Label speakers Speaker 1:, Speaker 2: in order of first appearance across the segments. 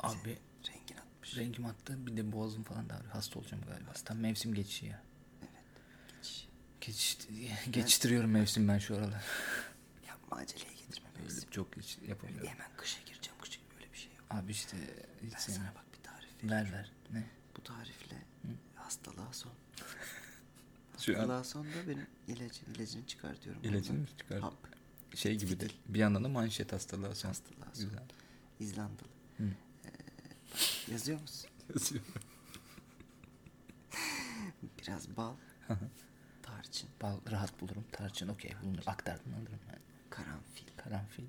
Speaker 1: Abi
Speaker 2: Rengin atmış.
Speaker 1: rengim attı bir de boğazım falan da ağrıyor. Hasta olacağım galiba. Tam mevsim geçişi ya.
Speaker 2: Evet. Geçiş.
Speaker 1: Geçiş, geçiştiriyorum mevsim ben şu aralar.
Speaker 2: Yapma aceleye getirme
Speaker 1: Öyle şey
Speaker 2: mevsim.
Speaker 1: çok geç yapamıyorum.
Speaker 2: Hemen kışa gireceğim. Kışa öyle bir şey yok.
Speaker 1: Abi işte hiç
Speaker 2: Ben
Speaker 1: sevmem.
Speaker 2: sana bak bir tarif vereyim.
Speaker 1: Ver ver. Ne?
Speaker 2: Bu tarifle hastalığa son.
Speaker 1: Şu an-
Speaker 2: hastalığa son da benim ilacın, ilacını çıkartıyorum.
Speaker 1: İlacını
Speaker 2: Ondan.
Speaker 1: çıkart.
Speaker 2: Hap.
Speaker 1: Şey gibi de bir yandan da manşet hastalığı son.
Speaker 2: Hastalığa son.
Speaker 1: Güzel.
Speaker 2: İzlandalı.
Speaker 1: Hı.
Speaker 2: Ee, yazıyor musun?
Speaker 1: Yazıyorum.
Speaker 2: Biraz bal, tarçın,
Speaker 1: Bal rahat bulurum. Tarçın okey bulunur. Aktardan alırım ben.
Speaker 2: karanfil,
Speaker 1: Karanfil.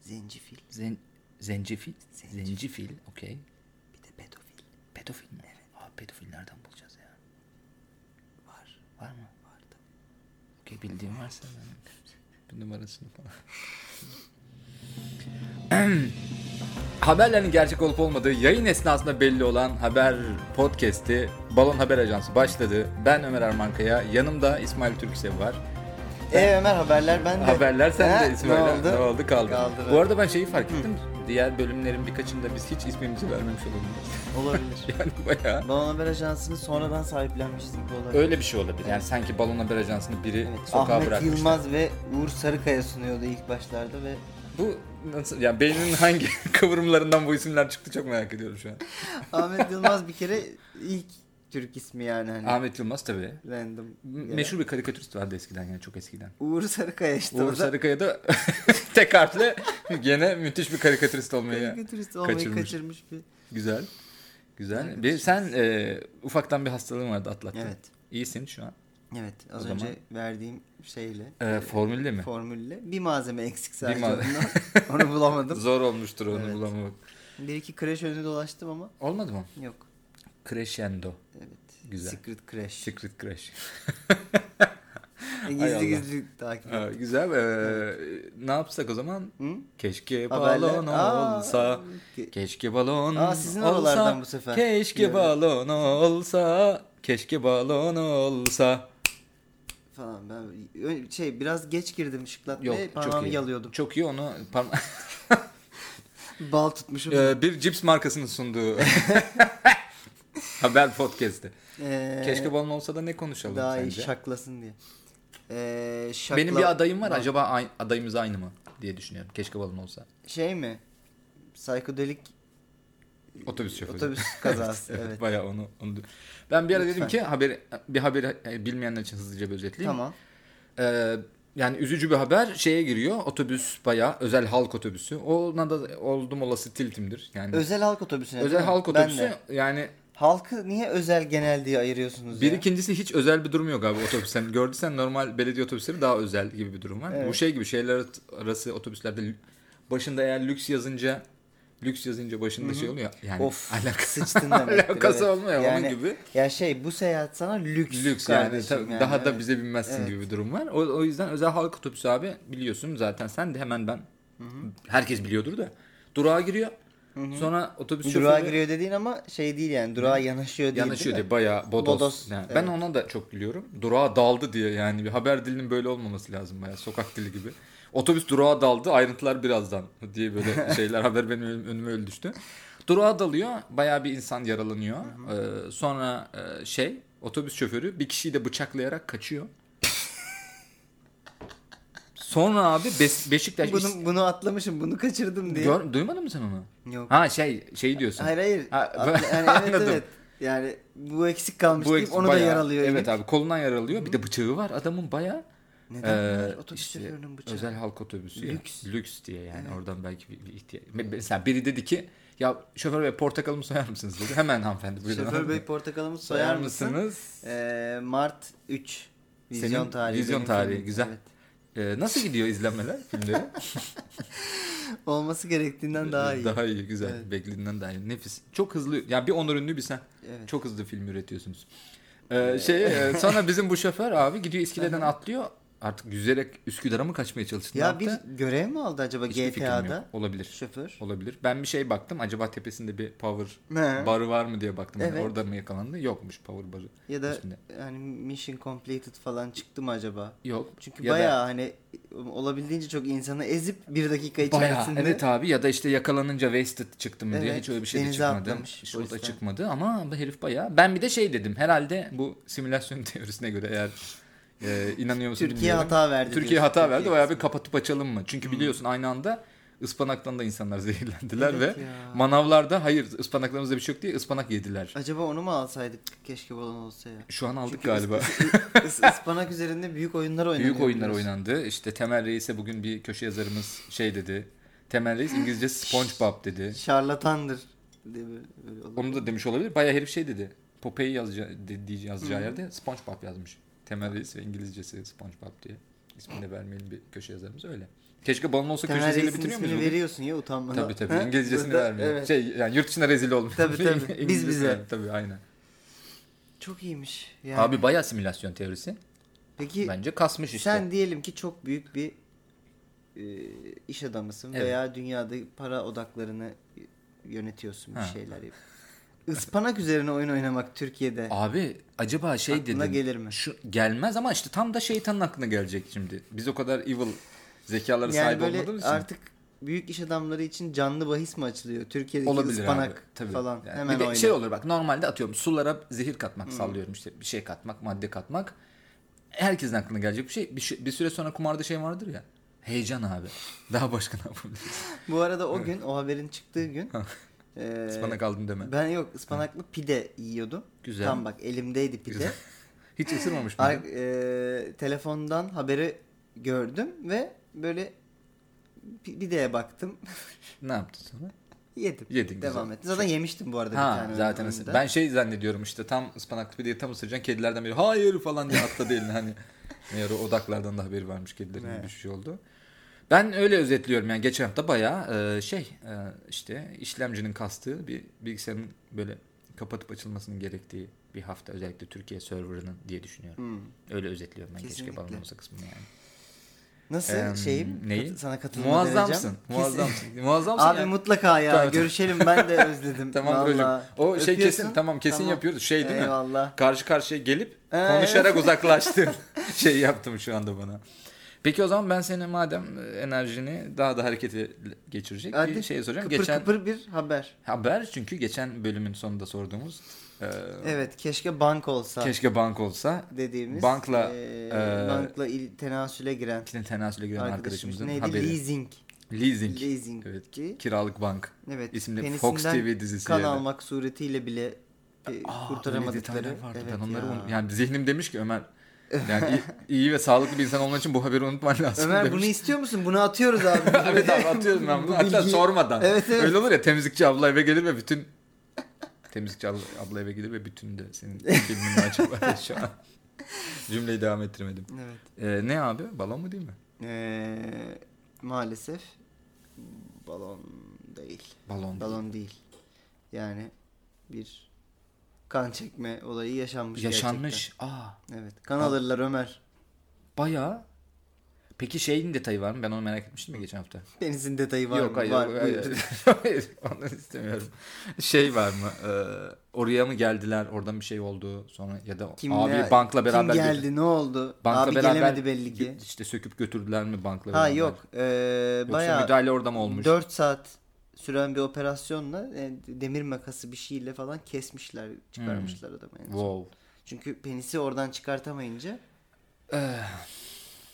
Speaker 2: zencefil,
Speaker 1: Zen, zencefil.
Speaker 2: Zencefil.
Speaker 1: Zencefil okey.
Speaker 2: bir de pedofil
Speaker 1: Pedofil mi? Abi pedofil nereden bulacağız ya?
Speaker 2: var.
Speaker 1: Var mı?
Speaker 2: Vardı.
Speaker 1: Okey bildiğim varsa benim. Bir numarasını falan. Haberlerin gerçek olup olmadığı yayın esnasında belli olan haber podcast'i Balon Haber Ajansı başladı. Ben Ömer Armankaya, yanımda İsmail Türksev var.
Speaker 2: Ee, Ömer haberler ben de.
Speaker 1: Haberler sende
Speaker 2: He,
Speaker 1: İsmail.
Speaker 2: Ne oldu?
Speaker 1: Ne oldu kaldı.
Speaker 2: Kaldı be.
Speaker 1: Bu arada ben şeyi fark ettim. Diğer bölümlerin birkaçında biz hiç ismimizi vermemiş olabiliriz.
Speaker 2: Olabilir.
Speaker 1: Yani bayağı
Speaker 2: Balon Haber Ajansı'nı sonradan sahiplenmiştik bu olabilir.
Speaker 1: öyle bir şey olabilir. Yani sanki Balon Haber Ajansı'nı biri
Speaker 2: Evet,
Speaker 1: sokağa
Speaker 2: Ahmet
Speaker 1: bırakmış.
Speaker 2: Yılmaz ve Uğur Sarıkaya sunuyordu ilk başlarda ve
Speaker 1: Bu nasıl yani beyninin hangi kıvrımlarından bu isimler çıktı çok merak ediyorum şu an.
Speaker 2: Ahmet Yılmaz bir kere ilk Türk ismi yani hani
Speaker 1: Ahmet Yılmaz tabii.
Speaker 2: random.
Speaker 1: M-
Speaker 2: yere.
Speaker 1: Meşhur bir karikatürist vardı eskiden yani çok eskiden.
Speaker 2: Uğur Sarıkaya işte
Speaker 1: Uğur
Speaker 2: orada.
Speaker 1: Sarıkaya da tek harfle gene müthiş bir karikatürist olmaya
Speaker 2: Karikatürist olmayı
Speaker 1: kaçırmış.
Speaker 2: kaçırmış, bir.
Speaker 1: Güzel. Güzel. Bir, sen e, ufaktan bir hastalığın vardı atlattın.
Speaker 2: Evet.
Speaker 1: İyisin şu an.
Speaker 2: Evet az
Speaker 1: O
Speaker 2: önce
Speaker 1: zaman-
Speaker 2: verdiğim şeyle
Speaker 1: E, formülle mi?
Speaker 2: formülle bir malzeme eksik sadece
Speaker 1: malzeme.
Speaker 2: ondan. onu bulamadım.
Speaker 1: Zor olmuştur onu
Speaker 2: Evet.
Speaker 1: bulamamak.
Speaker 2: Bir iki kreş önü dolaştım ama
Speaker 1: Olmadı mı?
Speaker 2: yok.
Speaker 1: Crescendo.
Speaker 2: Evet.
Speaker 1: Güzel.
Speaker 2: Secret kreş.
Speaker 1: Secret Crash. Hay Allah.
Speaker 2: Gizli gizli takip et.
Speaker 1: Aa, güzel. Ee, ne yapsak o zaman?
Speaker 2: Hı?
Speaker 1: Keşke
Speaker 2: Haberler.
Speaker 1: balon
Speaker 2: Aa,
Speaker 1: olsa.
Speaker 2: ke-
Speaker 1: Keşke balon
Speaker 2: Aa, sizin
Speaker 1: olsa.
Speaker 2: oralardan bu sefer.
Speaker 1: Keşke
Speaker 2: Evet.
Speaker 1: balon olsa. Keşke balon olsa.
Speaker 2: Falan ben ö- şey biraz geç girdim
Speaker 1: Yok
Speaker 2: şıklatmaya
Speaker 1: çok
Speaker 2: parmağımı
Speaker 1: iyi.
Speaker 2: yalıyordum.
Speaker 1: Çok iyi onu parma-
Speaker 2: Bal tutmuşum.
Speaker 1: Ee, bir cips markasının sunduğu haber podcast'i.
Speaker 2: Ee,
Speaker 1: Keşke balon olsa da ne konuşalım
Speaker 2: daha iyi
Speaker 1: sence?
Speaker 2: şaklasın diye. Ee, şakla...
Speaker 1: Benim bir adayım var. Acaba ay- adayımız aynı mı diye düşünüyorum. Keşke balon olsa.
Speaker 2: Şey mi? Psikodelik
Speaker 1: Otobüs şoförü.
Speaker 2: otobüs kazası.
Speaker 1: evet,
Speaker 2: evet.
Speaker 1: bayağı onu, onu diyor. Ben bir ara dedim
Speaker 2: Lütfen.
Speaker 1: ki haber bir haberi e, bilmeyenler için hızlıca bir özetleyeyim.
Speaker 2: Tamam.
Speaker 1: Ee, yani üzücü bir haber şeye giriyor. Otobüs bayağı özel halk otobüsü. Ona da oldum olası tiltimdir. Yani özel,
Speaker 2: Özel halk otobüsüne. değil mi?
Speaker 1: halk
Speaker 2: Ben
Speaker 1: otobüsü
Speaker 2: de.
Speaker 1: yani
Speaker 2: Halkı niye özel genel diye ayırıyorsunuz
Speaker 1: bir
Speaker 2: ya?
Speaker 1: ikincisi hiç özel bir durum yok abi otobüsten. Gördüysen normal belediye otobüsleri daha özel gibi bir durum var. Bu şey gibi şeyler arası otobüslerde lü- başında eğer lüks yazınca lüks yazınca başında şey oluyor. Yani
Speaker 2: Of
Speaker 1: alakası,
Speaker 2: sıçtın demektir.
Speaker 1: alakası
Speaker 2: evet.
Speaker 1: olmuyor
Speaker 2: yani,
Speaker 1: onun gibi.
Speaker 2: Ya şey bu seyahat sana lüks,
Speaker 1: lüks yani,
Speaker 2: kardeşim
Speaker 1: tabii daha da
Speaker 2: evet.
Speaker 1: bize binmezsin
Speaker 2: Evet.
Speaker 1: gibi bir durum var. O, o yüzden özel halk otobüsü abi biliyorsun zaten sen de hemen ben herkes biliyordur da durağa giriyor. Sonra otobüs
Speaker 2: Durağa
Speaker 1: şoförü
Speaker 2: giriyor dediğin ama şey değil yani durağa yanaşıyor değil
Speaker 1: yanaşıyor
Speaker 2: değil mi?
Speaker 1: diye bayağı bodos.
Speaker 2: Bodos,
Speaker 1: Yani
Speaker 2: evet.
Speaker 1: Ben ona da çok gülüyorum. Durağa daldı diye yani bir haber dilinin böyle olmaması lazım bayağı sokak dili gibi. Otobüs durağa daldı ayrıntılar birazdan diye böyle şeyler haber benim önüm- önüme öyle düştü. Durağa dalıyor bayağı bir insan yaralanıyor. Ee, sonra e, şey otobüs şoförü bir kişiyi de bıçaklayarak kaçıyor. sonra abi Bes- Beşiktaş...
Speaker 2: Bunu, bunu atlamışım bunu kaçırdım diye.
Speaker 1: Gör- duymadın mı sen onu?
Speaker 2: Yok.
Speaker 1: Ha şey şey diyorsun.
Speaker 2: Hayır hayır.
Speaker 1: Ha,
Speaker 2: Atla- yani evet
Speaker 1: anladım.
Speaker 2: evet. Yani bu eksik kalmış
Speaker 1: Bu
Speaker 2: deyip
Speaker 1: eks-
Speaker 2: onu da
Speaker 1: bayağı-
Speaker 2: yaralıyor.
Speaker 1: Evet
Speaker 2: yine.
Speaker 1: abi kolundan yaralıyor. Bir de bıçağı var adamın bayağı.
Speaker 2: Neden
Speaker 1: Ee,
Speaker 2: var? Otobüs
Speaker 1: işte
Speaker 2: şoförünün bıçağı.
Speaker 1: Özel halk otobüsü.
Speaker 2: Lüks.
Speaker 1: Ya. Lüks diye yani oradan belki bir, bir ihtiyaç. Me- Mesela biri dedi ki ya şoför bey portakalımı soyar mısınız dedi. Hemen hanımefendi buyurun.
Speaker 2: Şoför bey portakalımı soyar mısın? Ee, Mart 3. Vizyon
Speaker 1: Senin
Speaker 2: tarihi.
Speaker 1: vizyon
Speaker 2: benim
Speaker 1: tarihi,
Speaker 2: filmim.
Speaker 1: güzel. Ee, nasıl gidiyor izlenmeler filmleri?
Speaker 2: Olması gerektiğinden daha iyi.
Speaker 1: Daha iyi güzel.
Speaker 2: Evet.
Speaker 1: Beklediğinden daha iyi. Nefis. Çok hızlı. Yani bir onur ünlü bir sen.
Speaker 2: Evet.
Speaker 1: Çok hızlı film üretiyorsunuz. Ee, şey e, sonra bizim bu şoför abi gidiyor iskeleden atlıyor. artık yüzerek Üsküdar'a mı kaçmaya çalıştı? ne
Speaker 2: Ya
Speaker 1: yaptı?
Speaker 2: bir görev mi aldı acaba
Speaker 1: Hiçbir fikrim yok.
Speaker 2: GTA'da?
Speaker 1: Olabilir.
Speaker 2: Şoför.
Speaker 1: Olabilir. Ben bir şey baktım. Acaba tepesinde bir power
Speaker 2: He.
Speaker 1: barı var mı diye baktım. Hani
Speaker 2: Evet.
Speaker 1: orada mı yakalandı? Yokmuş power barı.
Speaker 2: Ya da
Speaker 1: üstünde.
Speaker 2: hani mission completed falan çıktı mı acaba?
Speaker 1: yok.
Speaker 2: Çünkü
Speaker 1: Ya da-
Speaker 2: bayağı hani olabildiğince çok insanı ezip bir dakika
Speaker 1: Bayağı
Speaker 2: içerisinde.
Speaker 1: evet abi ya da işte yakalanınca wasted çıktı mı diye
Speaker 2: Evet,
Speaker 1: hiç öyle bir şey de
Speaker 2: denize
Speaker 1: çıkmadı.
Speaker 2: atlamış
Speaker 1: Hiç
Speaker 2: o
Speaker 1: o da
Speaker 2: yüzden.
Speaker 1: çıkmadı ama bu herif bayağı. Ben bir de şey dedim herhalde bu simülasyon teorisine göre eğer e, inanıyor musun
Speaker 2: Türkiye
Speaker 1: bilmiyorum.
Speaker 2: hata verdi.
Speaker 1: Türkiye
Speaker 2: diyorsun.
Speaker 1: hata verdi
Speaker 2: Türkiye Hmm.
Speaker 1: bayağı bir kapatıp açalım mı? Çünkü biliyorsun aynı anda ıspanaktan da insanlar zehirlendiler
Speaker 2: Evet
Speaker 1: ve
Speaker 2: ya.
Speaker 1: manavlarda hayır ıspanaklarımızda bir şey yok diye ıspanak yediler.
Speaker 2: Acaba onu mu alsaydık? Keşke olan olsa ya.
Speaker 1: Şu an aldık
Speaker 2: Çünkü
Speaker 1: galiba.
Speaker 2: Is- Ispanak üzerinde büyük oyunlar oynanıyor.
Speaker 1: Büyük oyunlar
Speaker 2: biliyorsun.
Speaker 1: oynandı. İşte Temel Reis'e bugün bir köşe yazarımız şey dedi. Temel Reis İngilizce SpongeBob dedi.
Speaker 2: Şarlatandır. diye böyle- böyle olur.
Speaker 1: Onu da demiş olabilir. Bayağı herif şey dedi. Popeye yazacağı, dediği yazacağı yerde SpongeBob yazmış. Temel Reis ve İngilizcesi SpongeBob diye. İsmini de vermeyelim bir köşe yazarımız öyle. Keşke balon olsa köşe
Speaker 2: Temel
Speaker 1: yazarıyla
Speaker 2: Reis'in
Speaker 1: bitiriyor
Speaker 2: ismini
Speaker 1: muyuz? bugün?
Speaker 2: veriyorsun ya utanmadan.
Speaker 1: Tabii tabii.
Speaker 2: Ha?
Speaker 1: İngilizcesini
Speaker 2: Burada-
Speaker 1: vermeyelim.
Speaker 2: evet.
Speaker 1: Şey yani yurt dışına rezil olmayalım.
Speaker 2: Tabii, tabii. Biz
Speaker 1: İngilizcesi-
Speaker 2: bize.
Speaker 1: Tabii aynen.
Speaker 2: Çok iyiymiş. Yani.
Speaker 1: Abi bayağı simülasyon teorisi.
Speaker 2: Peki
Speaker 1: Bence kasmış işte.
Speaker 2: sen diyelim ki çok büyük bir e, iş adamısın
Speaker 1: Evet.
Speaker 2: veya dünyada para odaklarını yönetiyorsun bir
Speaker 1: Ha.
Speaker 2: şeyler yapıyorsun. Ispanak üzerine oyun oynamak Türkiye'de.
Speaker 1: Abi acaba şey
Speaker 2: Aklına
Speaker 1: dedim.
Speaker 2: gelir mi?
Speaker 1: Şu gelmez ama işte tam da şeytanın aklına gelecek şimdi. Biz o kadar evil zekalara
Speaker 2: yani
Speaker 1: sahip
Speaker 2: böyle
Speaker 1: olmadığımız için.
Speaker 2: artık büyük iş adamları için canlı bahis mi açılıyor? Türkiye'deki
Speaker 1: olabilir
Speaker 2: ıspanak
Speaker 1: abi. Tabii.
Speaker 2: falan
Speaker 1: Yani
Speaker 2: hemen
Speaker 1: bir de
Speaker 2: oyna. Hmm.
Speaker 1: şey olur bak normalde atıyorum sulara zehir katmak sallıyorum işte bir şey katmak, madde katmak. Herkesin aklına gelecek bir şey. Bir, şey- bir süre sonra kumarda şey vardır ya. Heyecan abi. Daha başka ne yapabiliriz?
Speaker 2: Bu arada o gün o haberin çıktığı gün e,
Speaker 1: Ispanak aldım deme.
Speaker 2: ben yok ıspanaklı pide yiyordum.
Speaker 1: Güzel.
Speaker 2: Tam bak elimdeydi pide.
Speaker 1: Güzel. Hiç ısırmamış
Speaker 2: Ar-
Speaker 1: mıydın?
Speaker 2: e, telefondan haberi gördüm ve böyle pi- pideye baktım.
Speaker 1: Ne yaptın sonra?
Speaker 2: Yedim.
Speaker 1: Yedin,
Speaker 2: Devam
Speaker 1: güzel. Şey-
Speaker 2: ettim. Zaten yemiştim bu arada bir
Speaker 1: Ha
Speaker 2: tane.
Speaker 1: zaten
Speaker 2: önümde.
Speaker 1: ısı- ben şey zannediyorum işte tam ıspanaklı pideyi tam ısıracaksın kedilerden biri hayır falan diye atladı eline hani. Meğer o odaklardan da haberi varmış kedilerin gibi
Speaker 2: Evet.
Speaker 1: bir şey oldu. Ben öyle özetliyorum yani geçen hafta bayağı e, şey e, işte işlemcinin kastığı bir bilgisayarın böyle kapatıp açılmasının gerektiği bir hafta özellikle Türkiye serverının diye düşünüyorum.
Speaker 2: Hmm.
Speaker 1: Öyle özetliyorum ben keşke
Speaker 2: Kesinlikle.
Speaker 1: balon olsa kısmını yani.
Speaker 2: Nasıl
Speaker 1: Em,
Speaker 2: şeyim?
Speaker 1: neyi?
Speaker 2: Kat- sana katılma
Speaker 1: Muazzamsın.
Speaker 2: derecem. Kesin-
Speaker 1: Muazzamsın. Muazzamsın.
Speaker 2: Abi
Speaker 1: yani.
Speaker 2: mutlaka ya.
Speaker 1: Tabii, tabii.
Speaker 2: Görüşelim ben de özledim.
Speaker 1: Tamam brocum.
Speaker 2: Vallahi.
Speaker 1: O şey
Speaker 2: Öpüyorsun.
Speaker 1: kesin tamam kesin yapıyoruz. Şey değil mi?
Speaker 2: Eyvallah.
Speaker 1: karşı karşıya gelip
Speaker 2: Ee?
Speaker 1: konuşarak uzaklaştı. şey yaptım şu anda bana. Peki o zaman ben seni madem e, enerjini daha da harekete geçirecek bir
Speaker 2: Hadi.
Speaker 1: şey soracağım.
Speaker 2: Kıpır
Speaker 1: geçen
Speaker 2: kıpır bir haber.
Speaker 1: haber çünkü geçen bölümün sonunda sorduğumuz e,
Speaker 2: Evet keşke bank olsa
Speaker 1: keşke bank olsa
Speaker 2: dediğimiz.
Speaker 1: Bankla,
Speaker 2: e,
Speaker 1: e,
Speaker 2: bankla il, tenasüle giren
Speaker 1: yine tenasüle giren
Speaker 2: arkadaşımız
Speaker 1: arkadaşımızın
Speaker 2: neydi?
Speaker 1: haberi.
Speaker 2: Leasing.
Speaker 1: Leasing.
Speaker 2: Leasing.
Speaker 1: Evet.
Speaker 2: Ki-
Speaker 1: Kiralık bank.
Speaker 2: Evet.
Speaker 1: isimli
Speaker 2: penisinden
Speaker 1: Fox TV dizisi
Speaker 2: Kan
Speaker 1: yani.
Speaker 2: almak suretiyle bile e,
Speaker 1: Aa, öyle
Speaker 2: kurtaramadıkları.
Speaker 1: detaylar vardı.
Speaker 2: Evet
Speaker 1: ben onları
Speaker 2: ya.
Speaker 1: unut- yani zihnim demiş ki Ömer yani iyi, iyi ve sağlıklı bir insan olman için bu haberi unutman lazım
Speaker 2: Ömer
Speaker 1: demiş.
Speaker 2: bunu istiyor musun? Bunu atıyoruz abi.
Speaker 1: Evet abi atıyorum ben bunu. Hatta
Speaker 2: bilgiyi-
Speaker 1: sormadan.
Speaker 2: Evet, evet.
Speaker 1: Öyle olur ya temizlikçi abla eve gelir ve bütün... temizlikçi abla, abla eve gelir ve bütün de senin filmin acaba şu an. Cümleyi devam ettiremedim.
Speaker 2: Evet.
Speaker 1: Ee, ne abi? Balon mu değil mi?
Speaker 2: Ee, maalesef balon değil.
Speaker 1: Balon.
Speaker 2: Balon değil. Yani bir kan çekme olayı yaşanmış
Speaker 1: Yaşanmış. Aa
Speaker 2: gerçekten. Evet. Kan alırlar Ömer.
Speaker 1: bayağı. Peki şeyin detayı var mı? Ben onu merak etmiştim ya geçen hafta.
Speaker 2: Deniz'in detayı var
Speaker 1: yok
Speaker 2: mı?
Speaker 1: hayır.
Speaker 2: var.
Speaker 1: yok,
Speaker 2: Buyur.
Speaker 1: hayır. Hayır, onu istemiyorum. Şey var mı? Ee, oraya mı geldiler? Oradan bir şey oldu. Sonra ya da
Speaker 2: Kim
Speaker 1: abi
Speaker 2: ne-
Speaker 1: bankla beraber
Speaker 2: Kim
Speaker 1: götür-
Speaker 2: geldi? Ne oldu?
Speaker 1: Bankla
Speaker 2: abi
Speaker 1: beraber
Speaker 2: gelemedi belli ki.
Speaker 1: gö- işte söküp götürdüler mi bankla
Speaker 2: Ha
Speaker 1: beraber?
Speaker 2: yok. Ee,
Speaker 1: Yoksa
Speaker 2: bayağı
Speaker 1: müdahale orada mı olmuş?
Speaker 2: 4 saat süren bir operasyonla e, demir makası bir şeyle falan kesmişler, çıkarmışlar adamı. en son.
Speaker 1: Hmm. Wow.
Speaker 2: Çünkü penisi oradan çıkartamayınca
Speaker 1: Eh.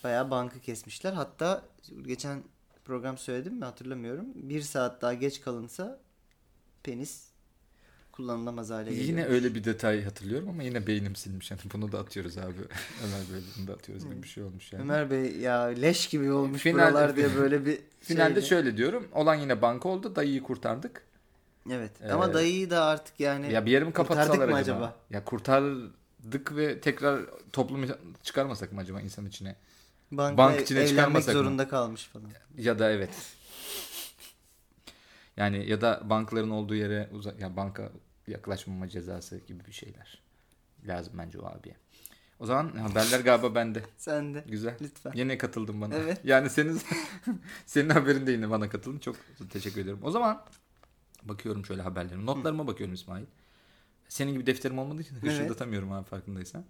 Speaker 2: bayağı bankı kesmişler. Hatta geçen program söyledim mi hatırlamıyorum. Bir saat daha geç kalınsa penis kullanılamaz hale geliyor.
Speaker 1: Yine öyle bir detay hatırlıyorum ama yine beynim silmiş. Yani bunu da atıyoruz abi. Ömer böyle bunu da atıyoruz gibi bir şey olmuş yani.
Speaker 2: Hmm. Ömer Bey ya leş gibi olmuş
Speaker 1: Final-
Speaker 2: buralar diye böyle bir şey
Speaker 1: Finalde
Speaker 2: şeyle-
Speaker 1: şöyle diyorum. Olan yine banka oldu. Dayıyı kurtardık.
Speaker 2: Evet
Speaker 1: Ee,
Speaker 2: ama dayıyı da artık yani
Speaker 1: Ya bir yerimi
Speaker 2: kurtardık
Speaker 1: kapatsalar acaba?
Speaker 2: mı acaba?
Speaker 1: Ya kurtardık ve tekrar toplumu çıkarmasak mı acaba insan içine?
Speaker 2: Banka
Speaker 1: Bank
Speaker 2: ev-
Speaker 1: içine
Speaker 2: evlenmek
Speaker 1: çıkarmasak mı?
Speaker 2: zorunda kalmış falan.
Speaker 1: Ya da evet. Yani ya da bankaların olduğu yere uzak ya banka yaklaşmama cezası gibi bir şeyler lazım bence o abiye. O zaman haberler galiba bende.
Speaker 2: Sen de
Speaker 1: Güzel.
Speaker 2: lütfen.
Speaker 1: Yine katıldın bana.
Speaker 2: Evet.
Speaker 1: Yani senin senin haberin de yine bana katıldın. Çok teşekkür ediyorum. O zaman bakıyorum şöyle haberlerime. Notlarıma bakıyorum İsmail. Senin gibi defterim olmadığı için
Speaker 2: Evet.
Speaker 1: hışıldatamıyorum abi farkındaysan.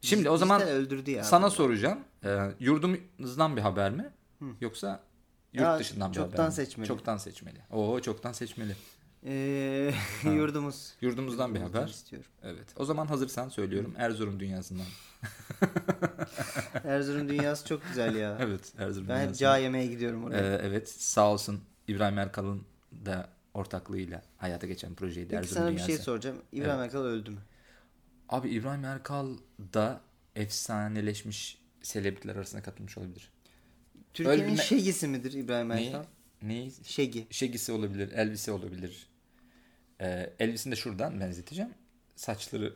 Speaker 1: Şimdi o zaman
Speaker 2: Dijital öldürdü ya.
Speaker 1: sana
Speaker 2: bunu.
Speaker 1: soracağım. Ee, yurdumuzdan bir haber mi?
Speaker 2: Hı.
Speaker 1: Yoksa yurt
Speaker 2: Ya,
Speaker 1: dışından bir
Speaker 2: çoktan
Speaker 1: haber mi?
Speaker 2: seçmeli.
Speaker 1: Çoktan seçmeli. Oo çoktan seçmeli.
Speaker 2: Ee, yurdumuz.
Speaker 1: Yurdumuzdan bir
Speaker 2: Yurdumuzdan
Speaker 1: haber.
Speaker 2: istiyorum.
Speaker 1: Evet. O zaman hazırsan söylüyorum. Erzurum dünyasından.
Speaker 2: Erzurum dünyası çok güzel ya.
Speaker 1: Evet. Erzurum
Speaker 2: ben hep
Speaker 1: dünyasından.
Speaker 2: cağ yemeye gidiyorum oraya.
Speaker 1: Ee, evet sağ olsun İbrahim Erkal'ın da ortaklığıyla hayata geçen projeydi
Speaker 2: Peki
Speaker 1: Erzurum
Speaker 2: sana
Speaker 1: Dünyası.
Speaker 2: bir şey soracağım. İbrahim Erkal öldü mü?
Speaker 1: Abi İbrahim Erkal da efsaneleşmiş selebritler arasında katılmış olabilir.
Speaker 2: Türkiye'nin
Speaker 1: Ölme-
Speaker 2: şegisi midir İbrahim
Speaker 1: Ne?
Speaker 2: Erkal?
Speaker 1: Ne?
Speaker 2: Şegi.
Speaker 1: Şegisi olabilir, Elvis'i olabilir. Ee, Elvis'ini de şuradan benzeteceğim. Saçları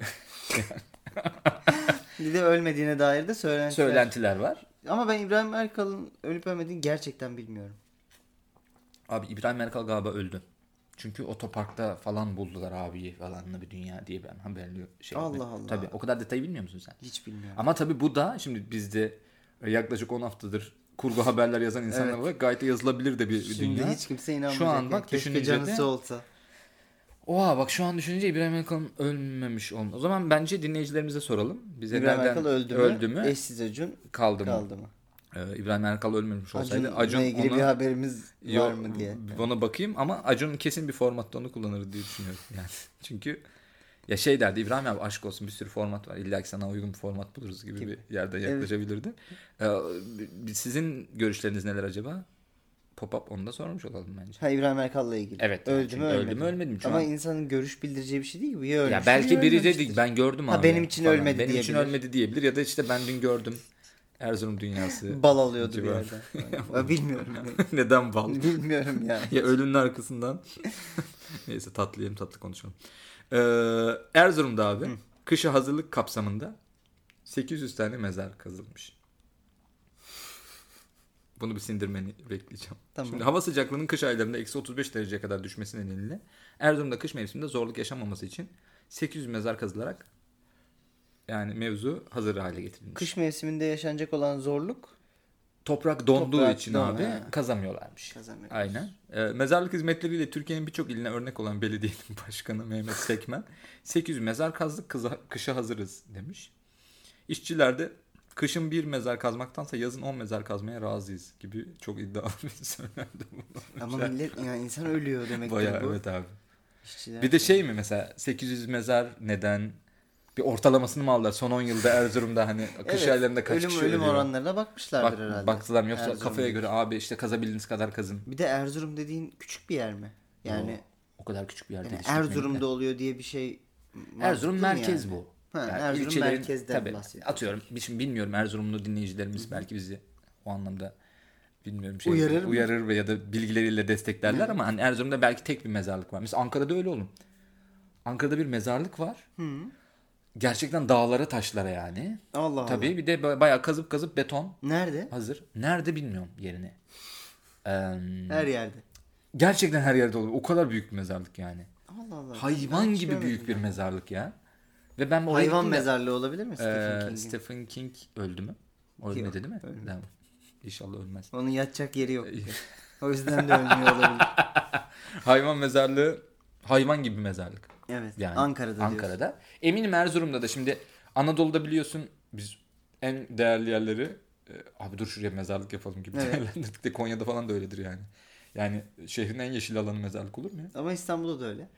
Speaker 2: Bir de ölmediğine dair de söylentiler.
Speaker 1: söylentiler var.
Speaker 2: Ama ben İbrahim Erkal'ın ölüp ölmediğini gerçekten bilmiyorum.
Speaker 1: Abi İbrahim Erkal galiba öldü. Çünkü otoparkta falan buldular abiyi falanla bir dünya diye ben haberli şey.
Speaker 2: Allah Allah.
Speaker 1: Tabii o kadar detayı bilmiyor musun sen?
Speaker 2: Hiç bilmiyorum.
Speaker 1: Ama tabii bu da şimdi bizde e, yaklaşık 10 haftadır kurgu haberler yazan insanlar
Speaker 2: Evet.
Speaker 1: olarak gayet de yazılabilir de bir
Speaker 2: Şimdi
Speaker 1: dünya.
Speaker 2: hiç kimse inanmayacak.
Speaker 1: Şu an
Speaker 2: ya.
Speaker 1: bak
Speaker 2: Keşke
Speaker 1: düşününce de-
Speaker 2: canısı olsa.
Speaker 1: Oha bak şu an düşününce İbrahim Erkal'ın ölmemiş olun. O zaman bence dinleyicilerimize soralım. Bize
Speaker 2: İbrahim
Speaker 1: nereden
Speaker 2: Erkal öldü mü? Eşsiz Acun
Speaker 1: kaldı mı?
Speaker 2: kaldı mı?
Speaker 1: Ee, İbrahim Erkal ölmemiş olsaydı
Speaker 2: Acun'la
Speaker 1: Acun,
Speaker 2: ilgili
Speaker 1: ona,
Speaker 2: bir haberimiz var
Speaker 1: Yok,
Speaker 2: mı diye.
Speaker 1: Ona bakayım ama Acun kesin bir formatta onu kullanır diye düşünüyorum. Yani çünkü ya şey derdi İbrahim abi aşk olsun bir sürü format var. İlla ki sana uygun bir format buluruz gibi,
Speaker 2: Gibi.
Speaker 1: bir yerde
Speaker 2: Evet.
Speaker 1: yaklaşabilirdi. Ee, sizin görüşleriniz neler acaba? Pop-up onu da sormuş olalım bence.
Speaker 2: Ha İbrahim Erkal'la ilgili.
Speaker 1: Evet, yani
Speaker 2: Öldü mü
Speaker 1: çünkü öldü
Speaker 2: ölmedi
Speaker 1: mü, ölmedi mi? Şu
Speaker 2: Ama
Speaker 1: an-
Speaker 2: insanın görüş bildireceği bir şey değil ki. Ya ölmüş.
Speaker 1: Ya belki
Speaker 2: ya
Speaker 1: biri
Speaker 2: ölmemiştir.
Speaker 1: dedi ben gördüm
Speaker 2: Ha,
Speaker 1: abi.
Speaker 2: benim için ölmedi
Speaker 1: Benim için
Speaker 2: diyebilir.
Speaker 1: ölmedi diyebilir ya da işte ben dün gördüm Erzurum dünyası.
Speaker 2: Bal alıyordu bir
Speaker 1: Civar.
Speaker 2: yerden. Ya bilmiyorum.
Speaker 1: Neden bal?
Speaker 2: bilmiyorum yani.
Speaker 1: ya ölünün arkasından. Neyse tatlı yiyelim tatlı konuşalım. Ee, Erzurum'da abi kışa hazırlık kapsamında 800 tane mezar kazılmış. Bunu bir sindirmeni bekleyeceğim.
Speaker 2: Tamam.
Speaker 1: Şimdi hava sıcaklığının kış aylarında eksi 35 dereceye kadar düşmesi nedeniyle Erzurum'da kış mevsiminde zorluk yaşanmaması için 800 mezar kazılarak yani mevzu hazır hale getirilmiş.
Speaker 2: Kış mevsiminde yaşanacak olan zorluk
Speaker 1: Toprak donduğu
Speaker 2: Toprak
Speaker 1: için
Speaker 2: don-
Speaker 1: abi
Speaker 2: ha.
Speaker 1: kazamıyorlarmış.
Speaker 2: kazanıyor.
Speaker 1: Aynen. Ee, mezarlık hizmetleriyle Türkiye'nin birçok iline örnek olan belediyenin başkanı Mehmet Sekmen 800 mezar kazdık kıza- kışa hazırız demiş. İşçiler de kışın bir mezar kazmaktansa yazın 10 mezar kazmaya razıyız gibi çok iddialı bir söylemdi bu.
Speaker 2: Ama millet yani insan ölüyor demektir
Speaker 1: Bayağı
Speaker 2: bu.
Speaker 1: evet abi.
Speaker 2: İşçiler.
Speaker 1: Bir de şey mi mesela 800 mezar neden? Bir ortalamasını mı aldılar son 10 yılda Erzurum'da hani kış
Speaker 2: Evet,
Speaker 1: aylarında kaç
Speaker 2: ölüm,
Speaker 1: kişi
Speaker 2: ölüm
Speaker 1: ölüyor?
Speaker 2: oranlarına bakmışlardır
Speaker 1: Bak-
Speaker 2: herhalde.
Speaker 1: baktılar mı? yoksa
Speaker 2: Erzurum
Speaker 1: kafaya
Speaker 2: gibi.
Speaker 1: göre abi işte kazabildiğiniz kadar kazın.
Speaker 2: Bir de Erzurum dediğin küçük bir yer mi? Yani,
Speaker 1: O kadar küçük bir yerde.
Speaker 2: yani
Speaker 1: yetiştirmeyin de.
Speaker 2: Erzurum'da oluyor diye bir şey
Speaker 1: Erzurum merkez
Speaker 2: yani.
Speaker 1: bu.
Speaker 2: Ha, Erzurum
Speaker 1: ilçelerin-
Speaker 2: merkezden
Speaker 1: tabii,
Speaker 2: bahsediyoruz.
Speaker 1: Atıyorum. Biz Şimdi bilmiyorum Erzurumlu dinleyicilerimiz belki bizi o anlamda bilmiyorum şey
Speaker 2: Uyarır mı?
Speaker 1: uyarır ve ya da bilgileriyle desteklerler ama hani Erzurum'da belki tek bir mezarlık var. Mesela Ankara'da öyle oğlum. Ankara'da bir mezarlık var. Gerçekten dağlara taşlara yani.
Speaker 2: Allah Allah.
Speaker 1: Tabii bir de ba- bayağı kazıp kazıp beton
Speaker 2: Nerede?
Speaker 1: hazır. Nerede bilmiyorum yerini. Ee,
Speaker 2: Her yerde.
Speaker 1: gerçekten her yerde olur. O kadar büyük bir mezarlık yani.
Speaker 2: Allah Allah. Ben
Speaker 1: Hayvan
Speaker 2: hiç
Speaker 1: gibi
Speaker 2: görmedim
Speaker 1: büyük bir
Speaker 2: ya.
Speaker 1: mezarlık ya. Ve ben oraya
Speaker 2: Hayvan
Speaker 1: gittim de-
Speaker 2: mezarlığı olabilir mi Stephen
Speaker 1: ee,
Speaker 2: King'in?
Speaker 1: Stephen King öldü mü? O Ölmedi
Speaker 2: Yok,
Speaker 1: değil mi?
Speaker 2: ölmedi.
Speaker 1: Tamam. İnşallah ölmez.
Speaker 2: Onun yatacak yeri yok. o yüzden de ölmüyor olabilir.
Speaker 1: hayvan mezarlığı hayvan gibi mezarlık.
Speaker 2: Evet.
Speaker 1: Yani
Speaker 2: Ankara'da diyorsun.
Speaker 1: Ankara'da. Eminim Erzurum'da da şimdi Anadolu'da biliyorsun biz en değerli yerleri e, abi dur şuraya mezarlık yapalım gibi
Speaker 2: Evet.
Speaker 1: değerlendirdik de Konya'da falan da öyledir yani. Yani şehrin en yeşil alanı mezarlık olur mu ya?
Speaker 2: Ama İstanbul'da da öyle.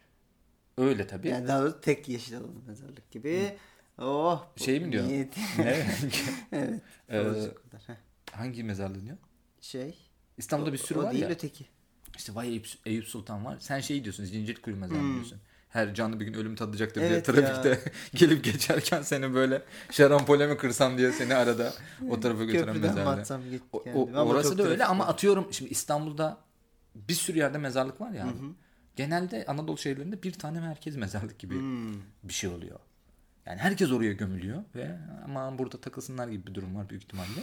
Speaker 1: Öyle tabii.
Speaker 2: Yani daha doğrusu tek yeşil alanı mezarlık gibi. Oh. bu
Speaker 1: Şey mi diyor?
Speaker 2: niyeti.
Speaker 1: Ne?
Speaker 2: evet.
Speaker 1: Ee,
Speaker 2: olacak kadar. Heh.
Speaker 1: hangi mezarlığı diyor?
Speaker 2: Şey.
Speaker 1: İstanbul'da bir sürü
Speaker 2: o
Speaker 1: var
Speaker 2: değil
Speaker 1: ya.
Speaker 2: öteki.
Speaker 1: İşte vay Eyüp, Eyüp Sultan var. Sen şey diyorsun Zincirkuyu mezarı
Speaker 2: Hmm.
Speaker 1: diyorsun. Her canlı bir gün ölüm tadacaktır
Speaker 2: Evet
Speaker 1: diye trafikte gelip geçerken seni böyle şarampole mi kırsam diye seni arada o tarafa götüren
Speaker 2: Köprüden
Speaker 1: mezarlık.
Speaker 2: batsam git
Speaker 1: O, o-
Speaker 2: kendime ama
Speaker 1: orası
Speaker 2: çok
Speaker 1: da öyle
Speaker 2: trafik
Speaker 1: ama
Speaker 2: var.
Speaker 1: atıyorum şimdi İstanbul'da bir sürü yerde mezarlık var ya. abi.
Speaker 2: Hı hı.
Speaker 1: Genelde Anadolu şehirlerinde bir tane merkez mezarlık gibi
Speaker 2: Hmm.
Speaker 1: bir şey oluyor. Yani herkes oraya gömülüyor ve aman burada takılsınlar gibi bir durum var büyük ihtimalle.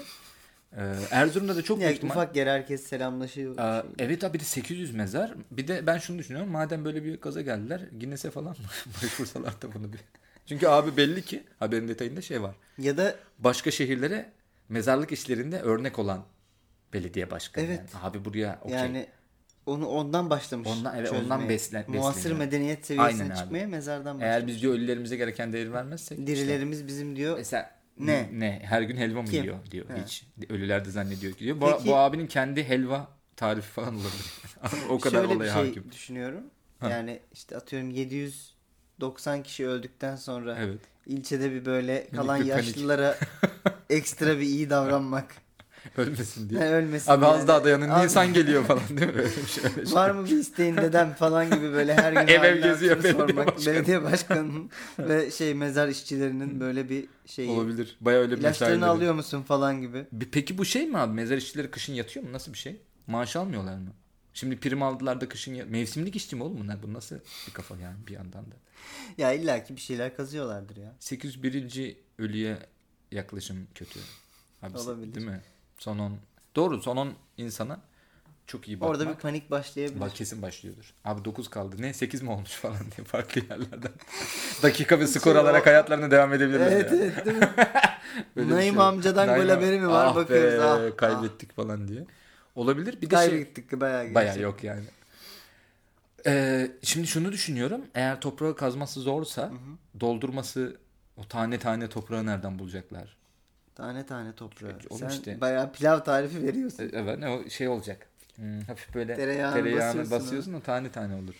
Speaker 1: Ee, Erzurum'da da çok
Speaker 2: Ya
Speaker 1: büyük ihtimal-
Speaker 2: ufak yer herkes selamlaşıyor.
Speaker 1: Aa,
Speaker 2: şey.
Speaker 1: Ee, evet abi bir de 800 mezar. Bir de ben şunu düşünüyorum. Madem böyle bir gaza geldiler Guinness'e falan mı başvursalar da bunu bir Çünkü abi belli ki haberin detayında şey var.
Speaker 2: Ya da
Speaker 1: Başka şehirlere mezarlık işlerinde örnek olan belediye başkanı.
Speaker 2: Evet.
Speaker 1: yani. Abi buraya okey.
Speaker 2: yani onu ondan başlamış.
Speaker 1: Ondan- evet, ondan beslen-
Speaker 2: Muasır
Speaker 1: besleniyor.
Speaker 2: medeniyet seviyesine
Speaker 1: Aynen abi.
Speaker 2: çıkmaya mezardan başlamış.
Speaker 1: Eğer biz diyor ölülerimize gereken değer vermezsek. işte-
Speaker 2: Dirilerimiz bizim diyor.
Speaker 1: Mesela
Speaker 2: Ne?
Speaker 1: ne? Ne? Her gün helva mı
Speaker 2: Kim?
Speaker 1: yiyor diyor.
Speaker 2: He.
Speaker 1: Hiç. Ölüler de zannediyor ki diyor. Bu,
Speaker 2: Peki-
Speaker 1: bu abinin kendi helva tarifi falan olabilir. o kadar
Speaker 2: Şöyle bir
Speaker 1: olaya
Speaker 2: şey
Speaker 1: hakim.
Speaker 2: düşünüyorum. Yani işte atıyorum 790 kişi öldükten sonra
Speaker 1: Evet.
Speaker 2: ilçede bir böyle kalan
Speaker 1: bir panik.
Speaker 2: yaşlılara ekstra bir iyi davranmak.
Speaker 1: Ölmesin diye.
Speaker 2: Yani ölmesin.
Speaker 1: Abi az
Speaker 2: yani.
Speaker 1: daha dayanın.
Speaker 2: Az-
Speaker 1: Nisan geliyor falan değil mi? Öyle bir şey. öyle şey.
Speaker 2: Var mı bir isteğin dedem falan gibi böyle her gün
Speaker 1: Ev ev
Speaker 2: halini
Speaker 1: geziyor
Speaker 2: hatırını
Speaker 1: belediye
Speaker 2: sormak.
Speaker 1: başkanı.
Speaker 2: Belediye başkanının ve şey mezar işçilerinin böyle bir şeyi.
Speaker 1: Olabilir. Bayağı öyle bir
Speaker 2: İlaçlarını
Speaker 1: mesaileri.
Speaker 2: alıyor musun falan gibi.
Speaker 1: Bir- Peki bu şey mi abi? Mezar işçileri kışın yatıyor mu? Nasıl bir şey? Maaş almıyorlar mı? Şimdi prim aldılar da kışın ya- mevsimlik işçi mi oğlum bunlar? Bu nasıl bir kafa yani bir yandan da.
Speaker 2: Ya illaki bir şeyler kazıyorlardır ya.
Speaker 1: 801. ölüye yaklaşım kötü. Abi,
Speaker 2: Olabilir.
Speaker 1: Değil mi? Son 10. Doğru son 10 insana çok iyi bakmak.
Speaker 2: Orada bir panik başlayabilir.
Speaker 1: Bak kesin başlıyordur. Abi 9 kaldı. Ne 8 mi olmuş falan diye farklı yerlerden. Dakika ve skor
Speaker 2: Şey,
Speaker 1: alarak
Speaker 2: o-
Speaker 1: hayatlarına devam edebilirler.
Speaker 2: Evet
Speaker 1: ya.
Speaker 2: evet değil mi?
Speaker 1: Böyle bir
Speaker 2: Naim
Speaker 1: şey.
Speaker 2: amcadan gol haberi mi var?
Speaker 1: ah be,
Speaker 2: Bakıyoruz, ah,
Speaker 1: kaybettik falan diye. Olabilir. Bir de şey,
Speaker 2: Kaybettik ki bayağı.
Speaker 1: Baya
Speaker 2: gerçi.
Speaker 1: yok yani. Ee, şimdi şunu düşünüyorum. Eğer toprağı kazması zorsa doldurması o tane tane toprağı nereden bulacaklar?
Speaker 2: Tane tane toprağı.
Speaker 1: Oğlum
Speaker 2: Sen
Speaker 1: işte.
Speaker 2: bayağı pilav tarifi veriyorsun.
Speaker 1: Ee, Evet ne o şey olacak. Hmm, hafif böyle
Speaker 2: Tereyağını
Speaker 1: tereyağını,
Speaker 2: basıyorsun
Speaker 1: basıyorsun, o tane tane olur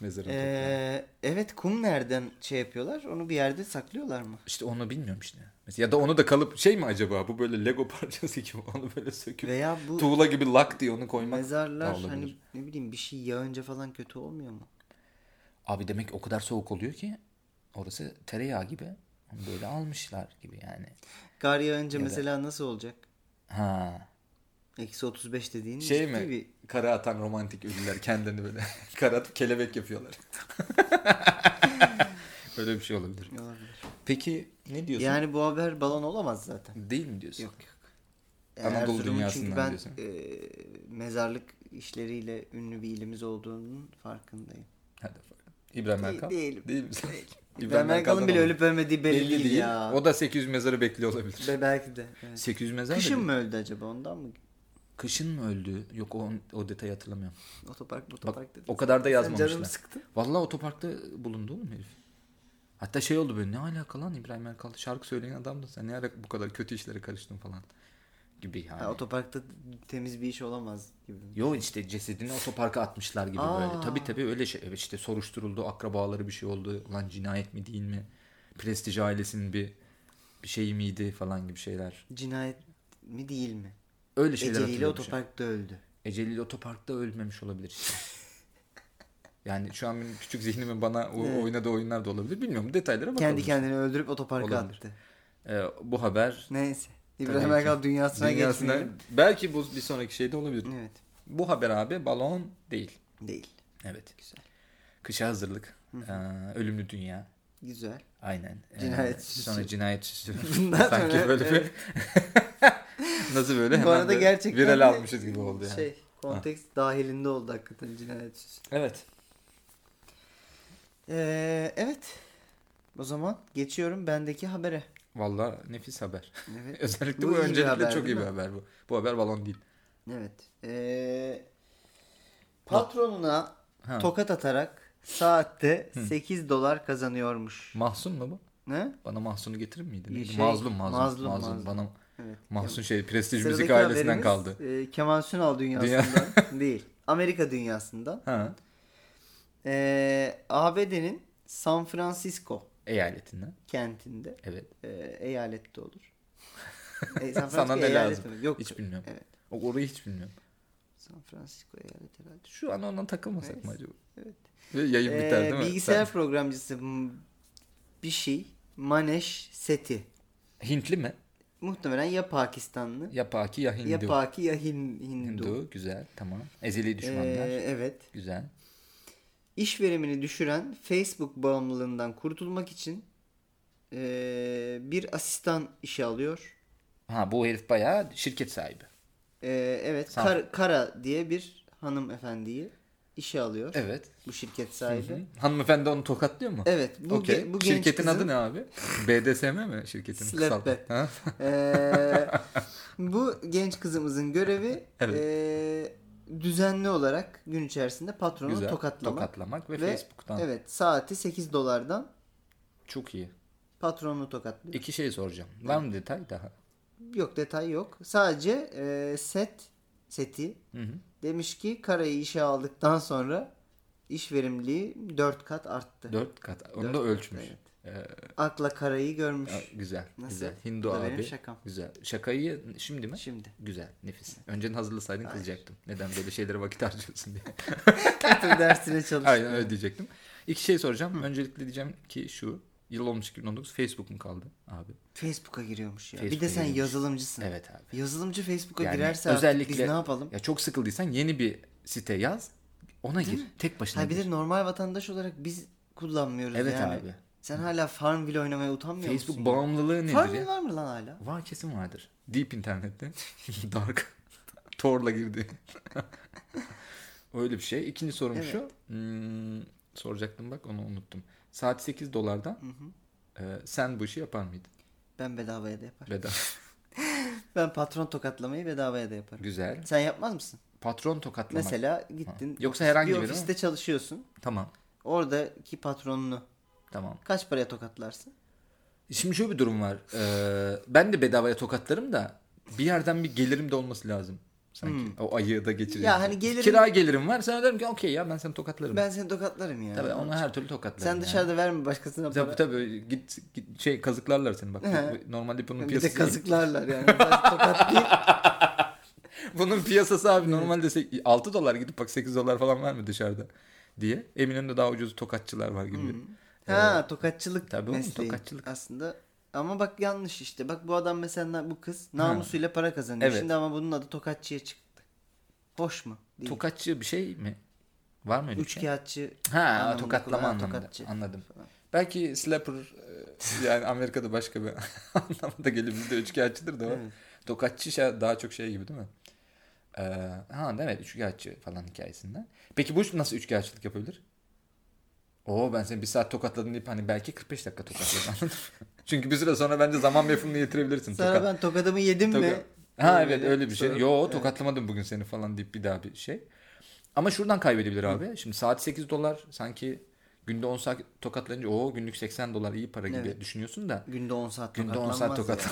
Speaker 1: mezarın toprağı.
Speaker 2: Ee, evet kum nereden şey yapıyorlar? Onu bir yerde saklıyorlar mı?
Speaker 1: İşte onu bilmiyorum işte. Mesela, ya da onu da kalıp şey mi acaba bu böyle Lego parçası gibi onu böyle söküp
Speaker 2: Veya bu
Speaker 1: tuğla gibi lak diye onu koymak.
Speaker 2: mezarlar
Speaker 1: Da olabilir.
Speaker 2: hani ne bileyim bir şey yağınca falan kötü olmuyor mu?
Speaker 1: Abi demek o kadar soğuk oluyor ki orası tereyağı gibi. Böyle almışlar gibi yani.
Speaker 2: Kar yağınca mesela nasıl olacak?
Speaker 1: Ha.
Speaker 2: Eksi 35 dediğin
Speaker 1: Şey
Speaker 2: ciddi
Speaker 1: mi?
Speaker 2: bir
Speaker 1: Kara atan romantik ünlüler kendilerini böyle kara atıp kelebek yapıyorlar. Böyle bir şey olabilir.
Speaker 2: olabilir.
Speaker 1: Peki ne diyorsun?
Speaker 2: Yani bu haber balon olamaz zaten.
Speaker 1: Değil mi diyorsun?
Speaker 2: Yok yok.
Speaker 1: Anadolu
Speaker 2: Erzurum'un
Speaker 1: dünyasından diyorsun.
Speaker 2: çünkü ben e, mezarlık işleriyle ünlü bir ilimiz olduğunun farkındayım.
Speaker 1: Hadi bakalım. İbrahim
Speaker 2: Değil-
Speaker 1: Erkal.
Speaker 2: değilim.
Speaker 1: Değil misin?
Speaker 2: İbrahim Erkal'ın bile ölüp ölmediği belli,
Speaker 1: belli
Speaker 2: değil
Speaker 1: değil.
Speaker 2: ya.
Speaker 1: O da 800 mezarı bekliyor olabilir.
Speaker 2: Be- belki de. evet.
Speaker 1: 800 mezar da
Speaker 2: Kışın
Speaker 1: değil.
Speaker 2: mı öldü acaba ondan mı?
Speaker 1: Kışın mı öldü? Yok o, o detayı hatırlamıyorum.
Speaker 2: Otopark otopark
Speaker 1: Bak,
Speaker 2: dedi.
Speaker 1: o kadar da
Speaker 2: Sen
Speaker 1: yazmamışlar.
Speaker 2: canımı sıktın.
Speaker 1: Vallahi otoparkta bulundu oğlum herif. Hatta şey oldu böyle ne alaka lan İbrahim Erkal şarkı söyleyen adam da sen ne ara bu kadar kötü işlere karıştın falan gibi yani.
Speaker 2: Ha, otoparkta temiz bir iş olamaz gibi.
Speaker 1: Yo işte cesedini otoparka atmışlar gibi
Speaker 2: Aa.
Speaker 1: böyle. Tabii tabii öyle şey. Evet işte soruşturuldu, akrabaları bir şey oldu. Lan cinayet mi değil mi? Prestij ailesinin bir bir şey miydi falan gibi şeyler.
Speaker 2: Cinayet mi değil mi?
Speaker 1: Öyle şeyler
Speaker 2: Eceliyle
Speaker 1: hatırlıyorum şu an.
Speaker 2: otoparkta öldü.
Speaker 1: Eceliyle otoparkta ölmemiş olabilir işte. yani şu an benim küçük zihnimin bana o,
Speaker 2: Evet.
Speaker 1: oynadığı oyunlar da olabilir. Bilmiyorum detaylara bakalım.
Speaker 2: Kendi kendini öldürüp otoparka
Speaker 1: Olabilir.
Speaker 2: attı.
Speaker 1: Ee, bu haber
Speaker 2: Neyse. İbrahim
Speaker 1: Tabii ki.
Speaker 2: Erkal dünyasına,
Speaker 1: Dünyasına-
Speaker 2: geçmeyelim.
Speaker 1: belki bu bir sonraki şeyde olabilir.
Speaker 2: Evet.
Speaker 1: Bu haber abi balon değil.
Speaker 2: Değil.
Speaker 1: Evet.
Speaker 2: Güzel.
Speaker 1: Kışa hazırlık. Ee, ölümlü dünya.
Speaker 2: Güzel.
Speaker 1: Aynen. Ee,
Speaker 2: Cinayet süsü.
Speaker 1: sonra cinayet süsü.
Speaker 2: Bundan
Speaker 1: Sanki
Speaker 2: sonra,
Speaker 1: böyle bir nasıl böyle
Speaker 2: Bu
Speaker 1: hemen
Speaker 2: arada
Speaker 1: böyle
Speaker 2: gerçekten de
Speaker 1: viral almışız gibi oldu yani.
Speaker 2: Şey, konteks dahilinde oldu hakikaten cinayet süsü.
Speaker 1: Evet.
Speaker 2: Ee, evet. O zaman geçiyorum bendeki habere.
Speaker 1: Valla nefis haber.
Speaker 2: Evet. Bu
Speaker 1: Özellikle bu,
Speaker 2: iyi bir
Speaker 1: öncelikle
Speaker 2: haber,
Speaker 1: çok iyi
Speaker 2: değil
Speaker 1: bir
Speaker 2: mi?
Speaker 1: haber bu. Bu haber balon değil.
Speaker 2: evet. Ee, patronuna
Speaker 1: Ha.
Speaker 2: tokat atarak saatte 8 dolar kazanıyormuş.
Speaker 1: Mahsun mu bu?
Speaker 2: Ne?
Speaker 1: Bana Mahsun'u getirir miydin? Neydi?
Speaker 2: Şey,
Speaker 1: mazlum, mazlum,
Speaker 2: mazlum,
Speaker 1: mazlum,
Speaker 2: mazlum.
Speaker 1: Bana
Speaker 2: Evet.
Speaker 1: Mahsun şey prestij
Speaker 2: Sıradaki
Speaker 1: müzik
Speaker 2: haberimiz,
Speaker 1: ailesinden kaldı.
Speaker 2: E, Kemal Sunal dünyasından değil. Amerika dünyasından.
Speaker 1: Ha.
Speaker 2: Ee, ABD'nin San Francisco
Speaker 1: Eyaletinden.
Speaker 2: kentinde
Speaker 1: E Evet.
Speaker 2: e, eyalette olur. E, San
Speaker 1: Sana
Speaker 2: Francisco
Speaker 1: ne
Speaker 2: eyalet
Speaker 1: lazım?
Speaker 2: mi? Yok.
Speaker 1: Hiç bilmiyorum.
Speaker 2: Evet.
Speaker 1: O- Orayı hiç bilmiyorum.
Speaker 2: San Francisco eyalet herhalde.
Speaker 1: Şu an ondan takılmasak
Speaker 2: Neyse.
Speaker 1: mı acaba?
Speaker 2: Evet.
Speaker 1: Ve yayın Şey biter
Speaker 2: Ee,
Speaker 1: değil mi?
Speaker 2: bilgisayar programcısı m- bir şey Maneş Seti.
Speaker 1: Sen- Hintli mi?
Speaker 2: Muhtemelen ya Pakistanlı
Speaker 1: Ya Paki ya Hindu.
Speaker 2: ya Paki ya Hin- Hindu.
Speaker 1: Hindu. güzel tamam. Ezeli düşmanlar.
Speaker 2: Ee, evet.
Speaker 1: Güzel.
Speaker 2: İş verimini düşüren Facebook bağımlılığından kurtulmak için eee, bir asistan işe alıyor.
Speaker 1: Ha bu herif bayağı şirket sahibi.
Speaker 2: Eee, Ee, evet,
Speaker 1: Sağ-
Speaker 2: Kar- Kara diye bir hanımefendiyi işe alıyor
Speaker 1: Evet.
Speaker 2: bu şirket
Speaker 1: Hı.
Speaker 2: sahibi.
Speaker 1: Hanımefendi onu tokatlıyor mu?
Speaker 2: Evet bu,
Speaker 1: Okey.
Speaker 2: ge- bu genç
Speaker 1: Şirketin
Speaker 2: kızın-
Speaker 1: adı ne abi? BDSM mi şirketin?
Speaker 2: Slap
Speaker 1: kısaltması? Ha?
Speaker 2: Ee, bu genç kızımızın görevi
Speaker 1: Evet.
Speaker 2: ee, düzenli olarak gün içerisinde patronu
Speaker 1: Güzel.
Speaker 2: tokatlamak.
Speaker 1: Tokatlamak ve,
Speaker 2: Ve-
Speaker 1: Facebook'tan.
Speaker 2: Evet saati 8 dolardan
Speaker 1: Çok iyi.
Speaker 2: patronunu tokatlıyor.
Speaker 1: İki şey soracağım. Var mı detay daha?
Speaker 2: Yok detay yok. Sadece ee, set seti
Speaker 1: Hı hı.
Speaker 2: demiş ki Kara'yı işe aldıktan sonra iş verimliliği 4 kat arttı.
Speaker 1: Dört kat. Onu
Speaker 2: Dört
Speaker 1: da ölçmüş.
Speaker 2: evet.
Speaker 1: Ee,
Speaker 2: Akla Kara'yı görmüş.
Speaker 1: ya, güzel.
Speaker 2: Nasıl?
Speaker 1: Güzel.
Speaker 2: Bu
Speaker 1: Hindu
Speaker 2: da benim
Speaker 1: abi.
Speaker 2: şakam.
Speaker 1: Güzel. Şakayı şimdi mi?
Speaker 2: Şimdi.
Speaker 1: Güzel. Nefis. Önceden hazırlasaydın
Speaker 2: Hayır.
Speaker 1: kızacaktım. Neden böyle şeylere vakit harcıyorsun diye.
Speaker 2: Tüm dersine çalış.
Speaker 1: Aynen öyle diyecektim. İki şey soracağım. Öncelikle diyeceğim ki şu. Yıl olmuş 2019. Facebook mu kaldı abi?
Speaker 2: Facebook'a giriyormuş ya. bir de
Speaker 1: Facebook'a
Speaker 2: sen
Speaker 1: giriyormuş.
Speaker 2: yazılımcısın.
Speaker 1: Evet abi.
Speaker 2: Yazılımcı Facebook'a
Speaker 1: Yani
Speaker 2: girerse özellikle...
Speaker 1: özellikle-
Speaker 2: artık biz ne yapalım?
Speaker 1: Ya çok sıkıldıysan yeni bir site yaz. Ona gir. Tek başına
Speaker 2: Ha bir
Speaker 1: gir.
Speaker 2: de normal vatandaş olarak biz kullanmıyoruz
Speaker 1: Evet
Speaker 2: yani.
Speaker 1: abi.
Speaker 2: Sen hala Farmville oynamaya utanmıyor
Speaker 1: Facebook
Speaker 2: musun?
Speaker 1: bağımlılığı nedir
Speaker 2: Farmville
Speaker 1: ya?
Speaker 2: var mı lan hala?
Speaker 1: Var kesin vardır. Deep internette. Dark. Tor'la girdi. Öyle bir şey. İkinci sorum
Speaker 2: Evet.
Speaker 1: şu. Hmm, soracaktım bak onu unuttum. Saat 8 dolardan e, sen bu işi yapar mıydın?
Speaker 2: Ben bedavaya da yaparım.
Speaker 1: Veda.
Speaker 2: Ben patron tokatlamayı bedavaya da yaparım.
Speaker 1: Güzel.
Speaker 2: Sen yapmaz mısın?
Speaker 1: Patron tokatlamak.
Speaker 2: Mesela
Speaker 1: Ha.
Speaker 2: gittin
Speaker 1: Yoksa herhangi
Speaker 2: bir
Speaker 1: biri mi?
Speaker 2: ofiste çalışıyorsun.
Speaker 1: Tamam.
Speaker 2: Oradaki patronunu
Speaker 1: Tamam.
Speaker 2: kaç paraya tokatlarsın?
Speaker 1: Şimdi şöyle bir durum var. Ee, ben de bedavaya tokatlarım da bir yerden bir gelirim de olması lazım. Sanki o ayığı da geçireyim.
Speaker 2: Hmm. Ya hani gelirim-
Speaker 1: Kira gelirim var. Sana derim ki okey ya ben seni tokatlarım.
Speaker 2: Ben seni tokatlarım ya.
Speaker 1: Tabii onu her türlü tokatlarım.
Speaker 2: Sen
Speaker 1: yani.
Speaker 2: dışarıda verme başkasına para.
Speaker 1: Tabii tabii git, git şey kazıklarlar seni bak.
Speaker 2: He.
Speaker 1: Normalde bunun
Speaker 2: bir de
Speaker 1: piyasası.
Speaker 2: kazıklarlar yani. Sadece tokat değil.
Speaker 1: bunun piyasası abi normalde se- 6 dolar gidip bak 8 dolar falan var mı dışarıda diye. Eminönü'nde daha ucuz tokatçılar var
Speaker 2: Hmm,
Speaker 1: gibi.
Speaker 2: Ha tokatçılık
Speaker 1: Tabii oğlum,
Speaker 2: mesleği.
Speaker 1: tokatçılık.
Speaker 2: Aslında ama bak yanlış işte. Bak bu adam mesela bu kız namusuyla para kazanıyor.
Speaker 1: Evet.
Speaker 2: Şimdi ama bunun adı tokatçıya çıktı. Hoş mu? Değil.
Speaker 1: Tokatçı bir şey mi? Var mı öyle bir şey?
Speaker 2: Üçkağıtçı.
Speaker 1: Ha
Speaker 2: anlamında
Speaker 1: tokatlama
Speaker 2: kullanan
Speaker 1: anlamında.
Speaker 2: tokatçı
Speaker 1: Anladım.
Speaker 2: falan.
Speaker 1: Belki slapper e, yani Amerika'da başka bir anlamda gelir. Bizde üçkağıtçıdır da o.
Speaker 2: Evet.
Speaker 1: Tokatçı şa- daha çok şey gibi değil mi? Ee, ha evet üçkağıtçı falan hikayesinden. Peki bu nasıl üçkağıtçılık yapabilir? Oo ben seni bir saat tokatladım deyip hani belki 45 dakika tokatladım. anladın mı? Çünkü bir süre sonra bence zaman mefhumunu yitirebilirsin.
Speaker 2: Sana
Speaker 1: Tokat-
Speaker 2: ben tokadımı yedim mi?
Speaker 1: Tokat- Ha evet
Speaker 2: Öyle
Speaker 1: öyle bir şey.
Speaker 2: sorun.
Speaker 1: Yo tokatlamadım bugün seni falan deyip bir daha bir şey. Ama şuradan kaybedebilir abi. Şimdi saat 8 dolar sanki günde 10 saat tokatlanınca o günlük 80 dolar iyi para gibi
Speaker 2: Evet.
Speaker 1: düşünüyorsun da.
Speaker 2: Günde 10 saat
Speaker 1: Günde 10 saat tokat.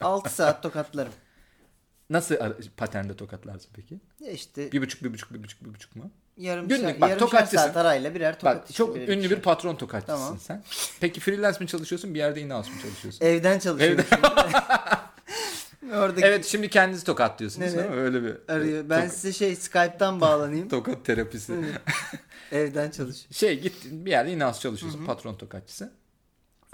Speaker 2: 6 saat tokatlarım.
Speaker 1: Nasıl ara- paternde tokatlarsın peki?
Speaker 2: Ya işte
Speaker 1: Bir buçuk, bir buçuk, bir buçuk, bir buçuk mu?
Speaker 2: yarım
Speaker 1: günlük
Speaker 2: şar-
Speaker 1: bak,
Speaker 2: yarım şar
Speaker 1: tokatçısın.
Speaker 2: saat arayla birer tokat
Speaker 1: Bak
Speaker 2: işte,
Speaker 1: çok
Speaker 2: birer
Speaker 1: ünlü
Speaker 2: ikişer.
Speaker 1: bir patron tokatçısın
Speaker 2: şey. Tamam. E,
Speaker 1: sen. Peki freelance mi çalışıyorsun bir yerde in-house mı çalışıyorsun?
Speaker 2: Evden çalışıyorum. şimdi. Oradaki
Speaker 1: Evet şimdi kendinizi tokatlıyorsunuz
Speaker 2: Evet.
Speaker 1: değil mi? Öyle bir
Speaker 2: arıyor. Ben size şey Skype'tan bağlanayım.
Speaker 1: tokat terapisi.
Speaker 2: Evden çalış.
Speaker 1: şey gittin bir yerde inans çalışıyorsun patron tokatçısı.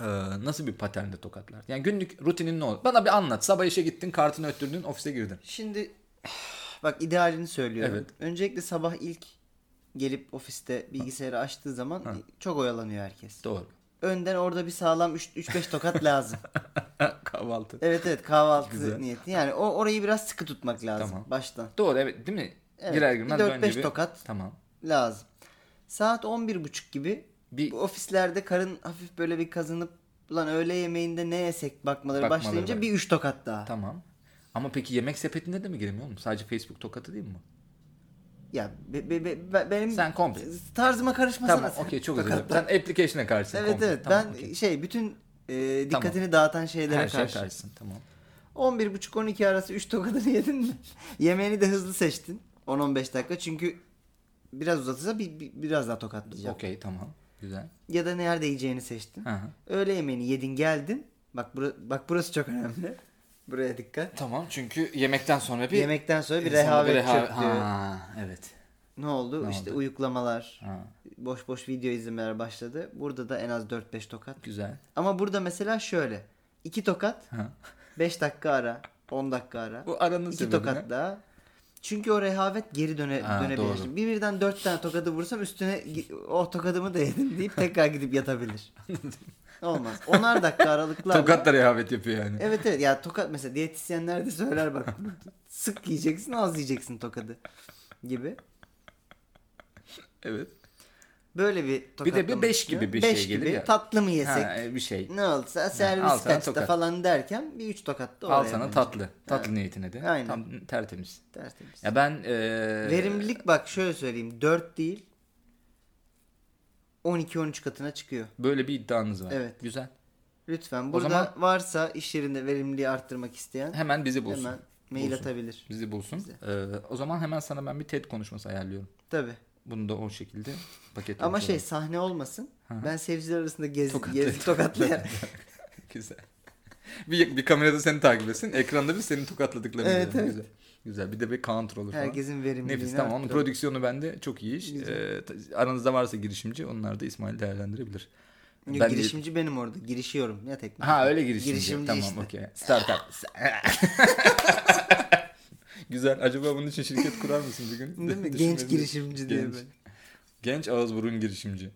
Speaker 1: Ee, nasıl bir paternde tokatlar? Yani günlük rutinin ne olur? Bana bir anlat. Sabah işe gittin, kartını öttürdün, ofise girdin.
Speaker 2: Şimdi bak idealini söylüyorum.
Speaker 1: Evet.
Speaker 2: Öncelikle sabah ilk gelip ofiste bilgisayarı açtığı zaman çok oyalanıyor herkes.
Speaker 1: Doğru.
Speaker 2: Önden orada bir sağlam 3-5 tokat lazım.
Speaker 1: Kahvaltı.
Speaker 2: evet evet kahvaltı
Speaker 1: Güzel.
Speaker 2: niyeti. Yani o orayı biraz sıkı tutmak lazım
Speaker 1: Tamam.
Speaker 2: baştan.
Speaker 1: Doğru evet değil mi?
Speaker 2: Evet,
Speaker 1: Girer
Speaker 2: bir
Speaker 1: girmez
Speaker 2: dört
Speaker 1: önce
Speaker 2: beş
Speaker 1: bir-
Speaker 2: tokat.
Speaker 1: Tamam.
Speaker 2: Lazım. Saat 11.30 gibi
Speaker 1: Bir-
Speaker 2: bu ofislerde karın hafif böyle bir kazınıp ulan öğle yemeğinde ne yesek bakmaları,
Speaker 1: Bakmaları
Speaker 2: başlayınca
Speaker 1: var.
Speaker 2: bir 3 tokat daha.
Speaker 1: Tamam. Ama peki yemek sepetinde de mi giremiyor musun? Sadece Facebook tokatı değil mi? bu?
Speaker 2: Ya be- be- be- be- benim
Speaker 1: Sen komple.
Speaker 2: tarzıma karışmasana
Speaker 1: Tamam
Speaker 2: sen.
Speaker 1: okey çok özür
Speaker 2: Tokatlar.
Speaker 1: dilerim. Sen application'a karşısın.
Speaker 2: Evet
Speaker 1: komple.
Speaker 2: evet
Speaker 1: Tamam,
Speaker 2: ben
Speaker 1: okey.
Speaker 2: şey bütün e, dikkatini dağıtan şeylere
Speaker 1: her şeye
Speaker 2: karşı.
Speaker 1: karşısın. Tamam.
Speaker 2: 11.30-12 arası 3 tokadını yedin mi? Yemeğini de hızlı seçtin. 10-15 dakika çünkü biraz uzatırsa bir, bir- biraz daha tokatlayacak.
Speaker 1: Okey tamam. Güzel.
Speaker 2: Ya da nerede yiyeceğini seçtin.
Speaker 1: Hı hı.
Speaker 2: Öğle yemeğini yedin geldin. Bak, bura- bak burası çok önemli. Buraya dikkat.
Speaker 1: Tamam çünkü yemekten sonra bir
Speaker 2: Yemekten sonra bir
Speaker 1: insana
Speaker 2: rehavet
Speaker 1: reha-
Speaker 2: çöktü.
Speaker 1: Ha, evet.
Speaker 2: Ne oldu?
Speaker 1: Ne
Speaker 2: işte
Speaker 1: oldu?
Speaker 2: uyuklamalar,
Speaker 1: Ha,
Speaker 2: boş boş video izlemeler başladı. Burada da en az 4-5 tokat.
Speaker 1: güzel.
Speaker 2: Ama burada mesela şöyle. 2 tokat
Speaker 1: Ha.
Speaker 2: 5 dakika ara, 10 dakika ara.
Speaker 1: Bu aranın
Speaker 2: iki
Speaker 1: sebebi
Speaker 2: tokat
Speaker 1: ne?
Speaker 2: daha. Çünkü o rehavet geri döne,
Speaker 1: Ha,
Speaker 2: dönebilir.
Speaker 1: doğru.
Speaker 2: Bir birden dört tane tokadı vursam üstüne gi- o tokadımı da yedim deyip tekrar gidip yatabilir. Olmaz. Onar dakika aralıklarla.
Speaker 1: Tokat da rehavet yapıyor yani.
Speaker 2: Evet evet ya tokat mesela diyetisyenler de söyler bak. Sık yiyeceksin az yiyeceksin tokadı gibi.
Speaker 1: Evet.
Speaker 2: Böyle bir
Speaker 1: Bir de bir beş
Speaker 2: istiyor.
Speaker 1: gibi bir
Speaker 2: Beş
Speaker 1: şey gelir
Speaker 2: gibi.
Speaker 1: ya.
Speaker 2: Tatlı mı yesek?
Speaker 1: Ha, e, bir şey.
Speaker 2: Ne olsa
Speaker 1: al
Speaker 2: servis
Speaker 1: sana
Speaker 2: kaçta
Speaker 1: tokat.
Speaker 2: falan derken bir üç tokat da oraya.
Speaker 1: Al sana
Speaker 2: bence.
Speaker 1: tatlı. Tatlı niyetine de.
Speaker 2: şey? Aynen.
Speaker 1: Tam tertemiz.
Speaker 2: Tertemiz.
Speaker 1: Ya ben e, eee
Speaker 2: Verimlilik bak şöyle söyleyeyim. 4 değil 12-13 katına çıkıyor.
Speaker 1: böyle bir iddianız var.
Speaker 2: Evet.
Speaker 1: Güzel.
Speaker 2: Lütfen burada
Speaker 1: zaman-
Speaker 2: varsa iş yerinde verimliliği arttırmak isteyen
Speaker 1: Hemen bizi bulsun.
Speaker 2: hemen mail
Speaker 1: Bulsun.
Speaker 2: atabilir.
Speaker 1: Bizi bulsun. Eee, o zaman hemen sana ben bir TED konuşması ayarlıyorum.
Speaker 2: Tabii.
Speaker 1: Bunu da o şekilde paketlemiş
Speaker 2: Ama şey
Speaker 1: olalım.
Speaker 2: sahne olmasın. Ben seyirciler arasında gez, gez
Speaker 1: Tokatlayan.
Speaker 2: tokatlayan.
Speaker 1: Güzel. Bir, bir kamerada seni takip etsin. Ekranda bir senin tokatladıklarını
Speaker 2: Evet,
Speaker 1: görelim.
Speaker 2: evet.
Speaker 1: Güzel. Güzel. Bir de bir counter olur falan.
Speaker 2: Herkesin verimliliğini
Speaker 1: Nefis tamam. Onun
Speaker 2: arttıralım.
Speaker 1: prodüksiyonu bende çok iyi iş. Ee, ta- aranızda varsa girişimci onlar da İsmail değerlendirebilir.
Speaker 2: Yok,
Speaker 1: Ben de-
Speaker 2: girişimci benim orada. Girişiyorum ya teknik.
Speaker 1: Ha öyle girişimci.
Speaker 2: Girişimci
Speaker 1: tamam
Speaker 2: işte.
Speaker 1: okey. Startup. Güzel. Acaba bunun için şirket kurar mısın bir gün?
Speaker 2: Değil mi?
Speaker 1: Düşünmeliyiz.
Speaker 2: Genç girişimci diye
Speaker 1: Genç.
Speaker 2: böyle.
Speaker 1: Genç ağız burun girişimci.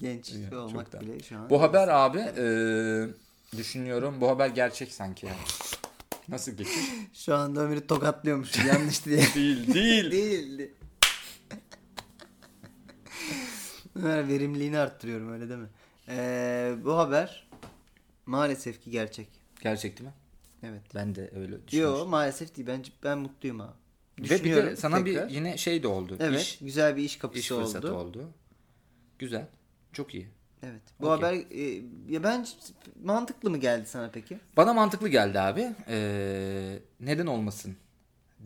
Speaker 2: Genç
Speaker 1: Yani çok
Speaker 2: olmak
Speaker 1: da-
Speaker 2: bile şu an.
Speaker 1: Bu haber abi e, düşünüyorum. Bu haber gerçek sanki. ya. Nasıl geçir?
Speaker 2: Şu anda Ömer'i tokatlıyormuş. Yanlış diye.
Speaker 1: değil değil.
Speaker 2: Değildi. Ömer verimliliğini arttırıyorum öyle deme. Ee, bu haber maalesef ki gerçek.
Speaker 1: Gerçek değil mi?
Speaker 2: Evet.
Speaker 1: Ben de öyle düşünmüştüm.
Speaker 2: Yo maalesef değil. Bence ben mutluyum abi.
Speaker 1: Ve bir de sana
Speaker 2: tekrar.
Speaker 1: bir yine şey de oldu.
Speaker 2: evet
Speaker 1: İş,
Speaker 2: güzel bir iş kapısı
Speaker 1: iş
Speaker 2: Şey oldu.
Speaker 1: fırsatı oldu. Güzel. Çok iyi.
Speaker 2: Evet. Bu
Speaker 1: Okey.
Speaker 2: haber e, ya bence mantıklı mı geldi sana peki?
Speaker 1: Bana mantıklı geldi abi. Ee, neden olmasın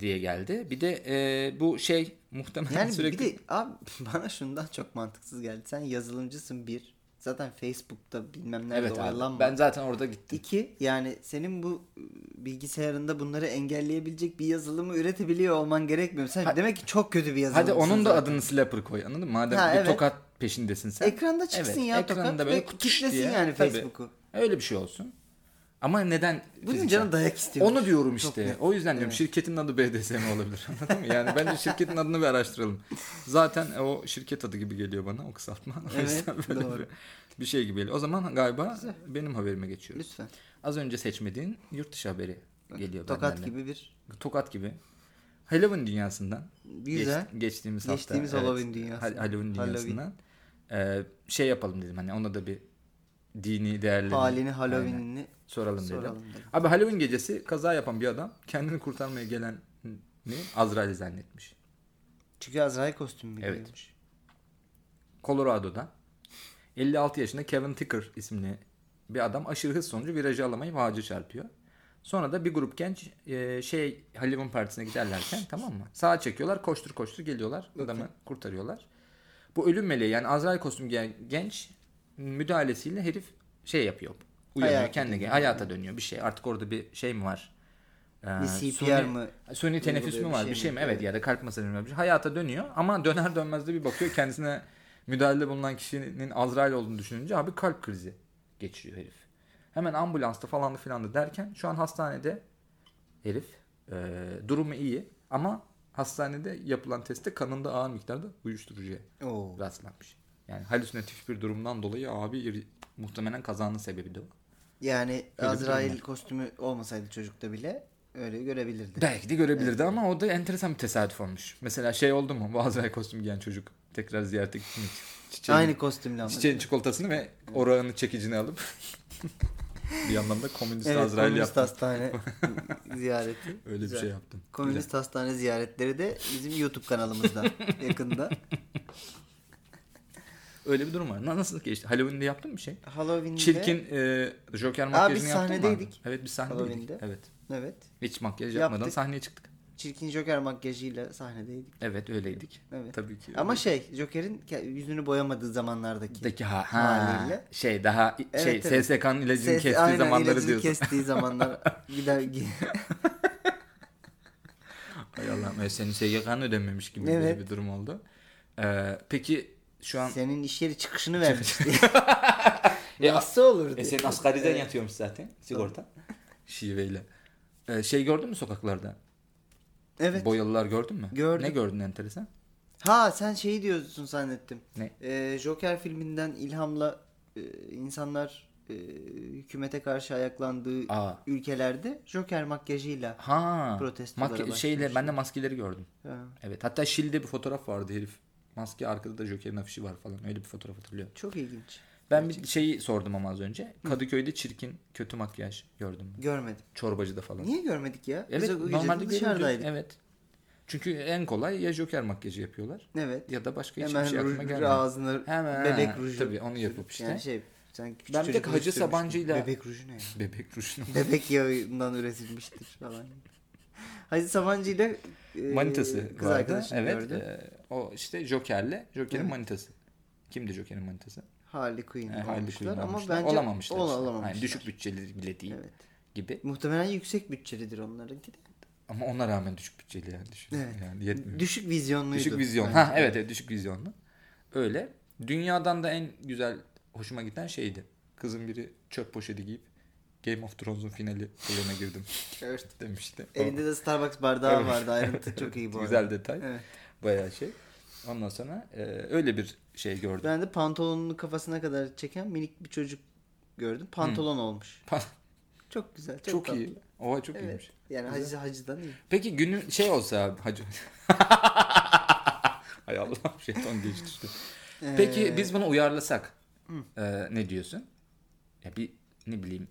Speaker 1: diye geldi. Bir de e, bu şey muhtemelen
Speaker 2: Yani
Speaker 1: sürekli
Speaker 2: bir de abi bana şundan çok mantıksız geldi. Sen yazılımcısın bir. Zaten Facebook'ta bilmem nerede
Speaker 1: Evet abi.
Speaker 2: oyalanma.
Speaker 1: Ben zaten orada gittim.
Speaker 2: İki yani senin bu e, bilgisayarında bunları engelleyebilecek bir yazılımı üretebiliyor olman gerekmiyor. Sen demek ki çok kötü bir yazılım.
Speaker 1: Hadi onun da adını slapper koy anladın mı? Madem
Speaker 2: Ha,
Speaker 1: bir
Speaker 2: evet.
Speaker 1: tokat peşindesin sen.
Speaker 2: ekranda çıksın
Speaker 1: Evet,
Speaker 2: ya
Speaker 1: ekranda
Speaker 2: tokat
Speaker 1: böyle
Speaker 2: ve
Speaker 1: kutuş
Speaker 2: kitlesin
Speaker 1: diye.
Speaker 2: yani
Speaker 1: Tabii.
Speaker 2: Facebook'u.
Speaker 1: Öyle bir şey olsun. Ama neden
Speaker 2: Bunun
Speaker 1: fiziksel?
Speaker 2: canı dayak istiyor.
Speaker 1: Onu diyorum
Speaker 2: Çok
Speaker 1: işte.
Speaker 2: net.
Speaker 1: O yüzden diyorum şirketin adı BDSM olabilir. Anladın mı? Yani bence şirketin adını bir araştıralım. Zaten o şirket adı gibi geliyor bana o kısaltma. O
Speaker 2: Evet,
Speaker 1: yüzden böyle
Speaker 2: doğru.
Speaker 1: Bir, bir şey gibi geliyor. O zaman galiba benim haberime geçiyoruz.
Speaker 2: Lütfen.
Speaker 1: Az önce seçmediğin yurt dışı haberi geliyor
Speaker 2: Tokat
Speaker 1: benden de.
Speaker 2: gibi bir
Speaker 1: Tokat gibi. Halloween dünyasından.
Speaker 2: Güzel.
Speaker 1: Geç- geçtiğimiz,
Speaker 2: Geçtiğimiz
Speaker 1: hafta.
Speaker 2: Halloween
Speaker 1: evet,
Speaker 2: dünyası.
Speaker 1: Ha- Halloween
Speaker 2: Halloween.
Speaker 1: dünyasından. Ee, şey yapalım dedim hani ona da bir dini değerlerini
Speaker 2: halini
Speaker 1: Aynen.
Speaker 2: Halloween'ini
Speaker 1: Soralım,
Speaker 2: Soralım
Speaker 1: dedim.
Speaker 2: dedim.
Speaker 1: Abi Halloween gecesi kaza yapan bir adam kendini kurtarmaya geleni Azrail zannetmiş.
Speaker 2: Çünkü Azrail kostümü
Speaker 1: Evet.
Speaker 2: biliyormuş.
Speaker 1: Colorado'da 56 yaşında Kevin Ticker isimli bir adam aşırı hız sonucu virajı alamayıp ağaca çarpıyor. Sonra da bir grup genç e, şey Halloween partisine giderlerken tamam mı? Sağa çekiyorlar koştur koştur geliyorlar adamı kurtarıyorlar. Bu ölüm meleği yani Azrail kostüm giyen genç müdahalesiyle herif şey yapıyor. Uyanıyor
Speaker 2: Hayata
Speaker 1: kendine
Speaker 2: dönüyor.
Speaker 1: hayata dönüyor bir şey. Artık orada bir şey mi var? Ee,
Speaker 2: Bir CPR mı?
Speaker 1: Suni teneffüs mü
Speaker 2: Uyguluyor,
Speaker 1: var bir şey mi? Evet ya da kalp masajı mı var bir şey. Hayata dönüyor ama döner dönmez de bir bakıyor kendisine müdahalede bulunan kişinin Azrail olduğunu düşününce abi kalp krizi geçiriyor herif. Hemen ambulansta falan da filan da derken şu an hastanede herif e, durumu iyi ama hastanede yapılan testte kanında ağır miktarda uyuşturucuya
Speaker 2: Oo.
Speaker 1: rastlanmış. Yani halüsinatif bir durumdan dolayı abi iri- muhtemelen kazanın sebebi de o.
Speaker 2: Yani
Speaker 1: bir durum
Speaker 2: Azrail kostümü olmasaydı çocukta bile öyle görebilirdi.
Speaker 1: Belki de görebilirdi ama o da enteresan bir tesadüf olmuş. Mesela şey oldu mu? Bu Azrail kostüm giyen çocuk tekrar ziyarete gitmek. Çiçeğin,
Speaker 2: Aynı kostümle ama.
Speaker 1: çiçeğin çikolatasını ve orağını çekicini alıp bir anlamda komünist
Speaker 2: Evet,
Speaker 1: Azrail
Speaker 2: komünist
Speaker 1: yaptı.
Speaker 2: hastane ziyareti.
Speaker 1: Öyle
Speaker 2: Güzel.
Speaker 1: bir şey yaptım.
Speaker 2: Komünist hastane ziyaretleri de bizim YouTube kanalımızda yakında.
Speaker 1: Güzel. Öyle bir durum var. Na- Nasıl geçti? Halloween'de yaptın mı bir şey?
Speaker 2: Halloween'de.
Speaker 1: Çirkin e, Joker makyajını yaptın mı?
Speaker 2: sahnedeydik.
Speaker 1: Evet biz sahnedeydik.
Speaker 2: Halloween'de.
Speaker 1: Evet.
Speaker 2: Evet.
Speaker 1: Hiç makyaj
Speaker 2: Yaptık.
Speaker 1: yapmadan sahneye çıktık.
Speaker 2: Çirkin Joker makyajıyla sahnedeydik.
Speaker 1: Evet öyleydik.
Speaker 2: Evet.
Speaker 1: Tabii ki.
Speaker 2: Ama şey Joker'in ke- yüzünü boyamadığı zamanlardaki.
Speaker 1: Deki ha, ha
Speaker 2: Haliyle.
Speaker 1: şey daha i-
Speaker 2: Evet,
Speaker 1: şey
Speaker 2: evet.
Speaker 1: SSK'nın ilacını
Speaker 2: Ses-
Speaker 1: kestiği
Speaker 2: aynen,
Speaker 1: zamanları
Speaker 2: ilacını
Speaker 1: diyorsun.
Speaker 2: kestiği zamanlar gider gi-
Speaker 1: Hay Allah'ım e, senin SGK'n ödenmemiş gibi
Speaker 2: Evet.
Speaker 1: bir, bir durum oldu. Ee, peki şu an
Speaker 2: senin iş yeri çıkışını vermişti.
Speaker 1: E,
Speaker 2: Nasıl olur
Speaker 1: e,
Speaker 2: diye.
Speaker 1: senin asgariden yatıyormuş zaten sigorta. Şiveyle. Ee, şey gördün mü sokaklarda?
Speaker 2: Evet.
Speaker 1: Boyalılar gördün mü?
Speaker 2: Gördüm.
Speaker 1: Ne gördün enteresan?
Speaker 2: Ha sen şeyi diyorsun zannettim.
Speaker 1: Ne?
Speaker 2: Ee, Joker filminden ilhamla e, insanlar e, hükümete karşı ayaklandığı
Speaker 1: Aa.
Speaker 2: ülkelerde Joker makyajıyla.
Speaker 1: Ha.
Speaker 2: Protestolara
Speaker 1: Makya- şeyle
Speaker 2: başlamışlar.
Speaker 1: ben de maskeleri gördüm.
Speaker 2: Ha.
Speaker 1: Evet. Hatta Şili'de bir fotoğraf vardı herif. Maske arkada da Joker'in afişi var falan. Öyle bir fotoğraf hatırlıyorum.
Speaker 2: Çok ilginç.
Speaker 1: Ben bir şeyi sordum ama az önce. Kadıköy'de çirkin kötü makyaj gördüm. ben.
Speaker 2: Görmedim.
Speaker 1: Çorbacıda falan.
Speaker 2: Niye görmedik ya?
Speaker 1: Evet
Speaker 2: Biz o gece
Speaker 1: normalde
Speaker 2: dışarıdaydık.
Speaker 1: dışarıdaydık. Evet. Çünkü en kolay ya Joker makyajı yapıyorlar
Speaker 2: Evet.
Speaker 1: ya da başka hiçbir
Speaker 2: Hemen
Speaker 1: şey aklıma
Speaker 2: ruj,
Speaker 1: gelmedi.
Speaker 2: ağzına
Speaker 1: Hemen,
Speaker 2: bebek
Speaker 1: ha,
Speaker 2: ruju.
Speaker 1: tabii onu yapıp işte.
Speaker 2: Yani şey sen küçük
Speaker 1: Ben bir tek
Speaker 2: çocuk
Speaker 1: Hacı
Speaker 2: ruj sürmüştün.
Speaker 1: Sabancı'yla-
Speaker 2: Bebek ruju ne ya?
Speaker 1: Bebek rujunu.
Speaker 2: Bebek yağından üretilmiştir falan. Hacı Sabancı ile e,
Speaker 1: Manitası
Speaker 2: kız
Speaker 1: vardı.
Speaker 2: arkadaşını
Speaker 1: Evet.
Speaker 2: gördü.
Speaker 1: e, o işte Joker'le Joker'in
Speaker 2: Hı.
Speaker 1: manitası. Kimdi Joker'in manitası?
Speaker 2: Harley Quinn
Speaker 1: E,
Speaker 2: olmuşlar
Speaker 1: Harley Quinn
Speaker 2: ama
Speaker 1: olmuşlar.
Speaker 2: bence
Speaker 1: olamamışlar.
Speaker 2: ola-
Speaker 1: işte.
Speaker 2: olamamışlar.
Speaker 1: Yani düşük bütçeli bile değil
Speaker 2: Evet.
Speaker 1: gibi.
Speaker 2: Muhtemelen yüksek bütçelidir onlarınki de.
Speaker 1: Ama ona rağmen düşük bütçeli yani düşün.
Speaker 2: Evet.
Speaker 1: Yani yetmiyor.
Speaker 2: Düşük vizyonluydu.
Speaker 1: Düşük vizyon.
Speaker 2: bence.
Speaker 1: Ha evet, evet düşük vizyonlu. Öyle. Dünyadan da en güzel hoşuma giden şeydi. Kızın biri çöp poşeti giyip Game of Thrones'un finali oyuna girdim
Speaker 2: Evet.
Speaker 1: demişti.
Speaker 2: Elinde de Starbucks bardağı
Speaker 1: Evet.
Speaker 2: vardı. Ayrıntı çok iyi bu arada.
Speaker 1: Güzel detay.
Speaker 2: Evet.
Speaker 1: Bayağı şey. Ondan sonra e, öyle bir şey gördüm.
Speaker 2: Ben de pantolonunu kafasına kadar çeken minik bir çocuk gördüm. Pantolon olmuş. Çok güzel. Çok,
Speaker 1: çok
Speaker 2: tatlı.
Speaker 1: iyi. Oha çok
Speaker 2: Evet.
Speaker 1: iyiymiş.
Speaker 2: Yani Hacı Hacı'dan iyi.
Speaker 1: Peki günün şey olsa abi hacı. Ay Allah'ım şeytan geçti işte. Peki
Speaker 2: Ee,
Speaker 1: biz bunu uyarlasak e, ne diyorsun? Ya bir ne bileyim.